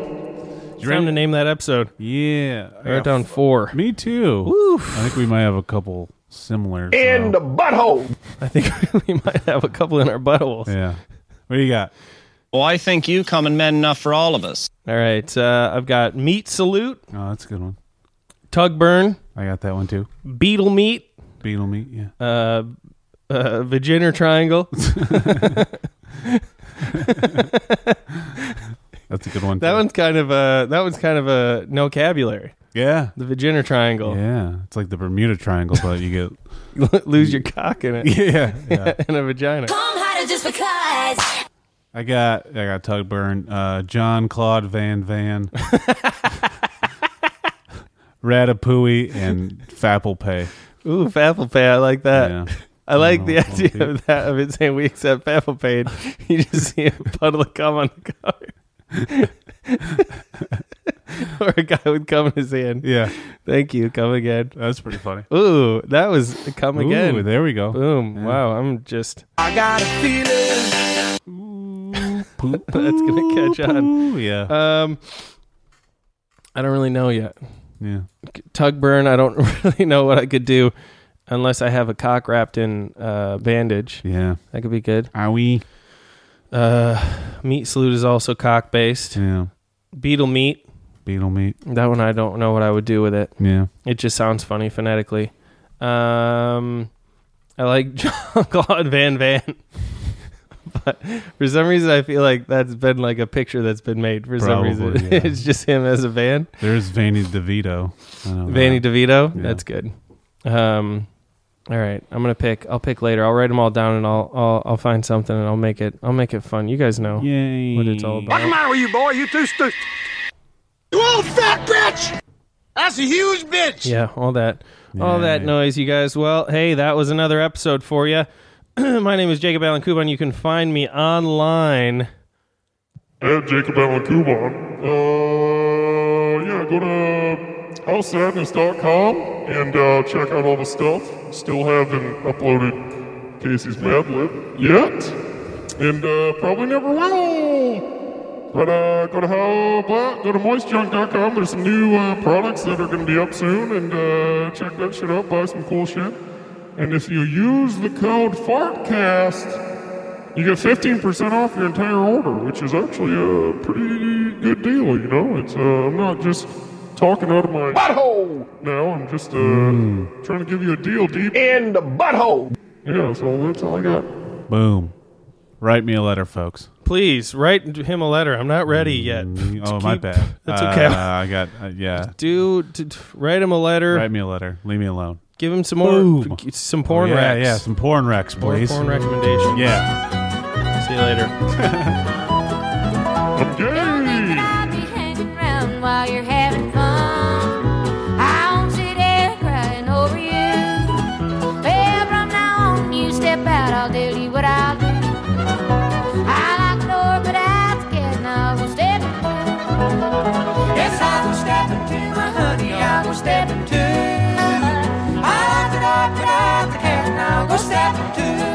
S1: it's time to name that episode.
S2: Yeah. I
S1: Write
S2: got
S1: down four.
S2: Me too.
S1: Oof.
S2: I think we might have a couple similar.
S4: In the butthole.
S1: I think we might have a couple in our buttholes.
S2: yeah. What do you got?
S5: Well, I think you coming men enough for all of us.
S1: All right, uh, I've got meat salute,
S2: Oh, that's a good one.
S1: tug burn,
S2: I got that one too.
S1: beetle meat,
S2: Beetle meat. Yeah.
S1: uh, uh, vagina triangle.
S2: That's a good one.
S1: That
S2: too.
S1: one's kind of a that one's kind of a no vocabulary.
S2: Yeah.
S1: The vagina triangle.
S2: Yeah. It's like the Bermuda Triangle, but you get.
S1: Lose your cock in it
S2: Yeah. Yeah.
S1: and a vagina.
S14: Come harder just because.
S2: I got. I got Tug Burn. Uh, John Claude Van Van. Ratatouille and Fapple Pay.
S1: Ooh, Faffle Pay. I like that.
S2: Yeah.
S1: I like the
S2: know, one
S1: idea
S2: piece.
S1: of that of it saying we accept Faffle Pay. you just see a puddle of cum on the cover, or a guy with cum in his hand.
S2: Yeah.
S1: Thank you. Come again.
S2: That's pretty funny.
S1: Ooh, that was come again.
S2: Ooh, there we go.
S1: Boom.
S2: Yeah.
S1: Wow. I'm just.
S10: I got a feeling.
S2: Poop.
S1: That's gonna catch on.
S2: Ooh, yeah.
S1: Um, I don't really know yet.
S2: yeah.
S1: Tug burn. I don't really know what I could do unless I have a cock wrapped in uh, bandage.
S2: Yeah.
S1: That could be good.
S2: Owie.
S1: Uh, meat salute is also cock based.
S2: Yeah.
S1: Beetle meat.
S2: Beetle meat.
S1: That one I don't know what I would do with it.
S2: Yeah.
S1: It just sounds funny phonetically. Um, I like John Claude Van Van, but for some reason I feel like that's been like a picture that's been made for some
S2: Probably,
S1: reason.
S2: yeah.
S1: it's just him as a van.
S2: There's Vanny DeVito. I know
S1: Vanny
S2: that.
S1: DeVito.
S2: Yeah.
S1: That's good. Um, all right, I'm gonna pick. I'll pick later. I'll write them all down and I'll I'll, I'll find something and I'll make it. I'll make it fun. You guys know
S2: Yay.
S1: what it's all about.
S19: matter with you, boy? You too stupid. You old fat bitch! That's a huge bitch!
S1: Yeah, all that, all
S2: Yeah.
S1: that noise, you guys. Well, hey, that was another episode for you. My name is Jacob Allen Kuban. You can find me online.
S22: And Jacob Allen Kuban. Uh, yeah, go to housesadness.com and uh, check out all the stuff. Still haven't uploaded Casey's Mad Lib yet, and uh, probably never will. But uh, go to how but go to moistjunk.com. There's some new uh, products that are going to be up soon, and uh, check that shit out. Buy some cool shit. And if you use the code FARTCAST, you get 15% off your entire order, which is actually a pretty good deal, you know? It's, uh, I'm not just talking out of my
S4: Butthole.
S22: now, I'm just, uh, trying to give you a deal deep.
S4: In the butthole.
S22: Yeah, so that's all I got.
S2: Boom. Write me a letter, folks.
S1: Please write him a letter. I'm not ready yet.
S2: Oh, my
S1: Keep-
S2: bad.
S1: That's
S2: Uh,
S1: okay.
S2: I got, uh, yeah.
S1: Do t- t- write him a letter.
S2: Write me a letter. Leave me alone.
S1: Give him some more.
S2: Boom. Oh,
S1: Some porn
S2: yeah,
S1: racks.
S2: Yeah, some porn racks,
S1: More
S2: please.
S1: porn recommendations.
S2: Yeah.
S1: See you later.
S22: I'm gay!
S14: I'll be hanging around while you're having fun. I won't sit there crying over you. Well, from now on, you step out, I'll tell you what I'll do. I like the door, but I scared and I will step into. Yes, I will step into my honey, I will step into. I like the door, but I scared and I will step into.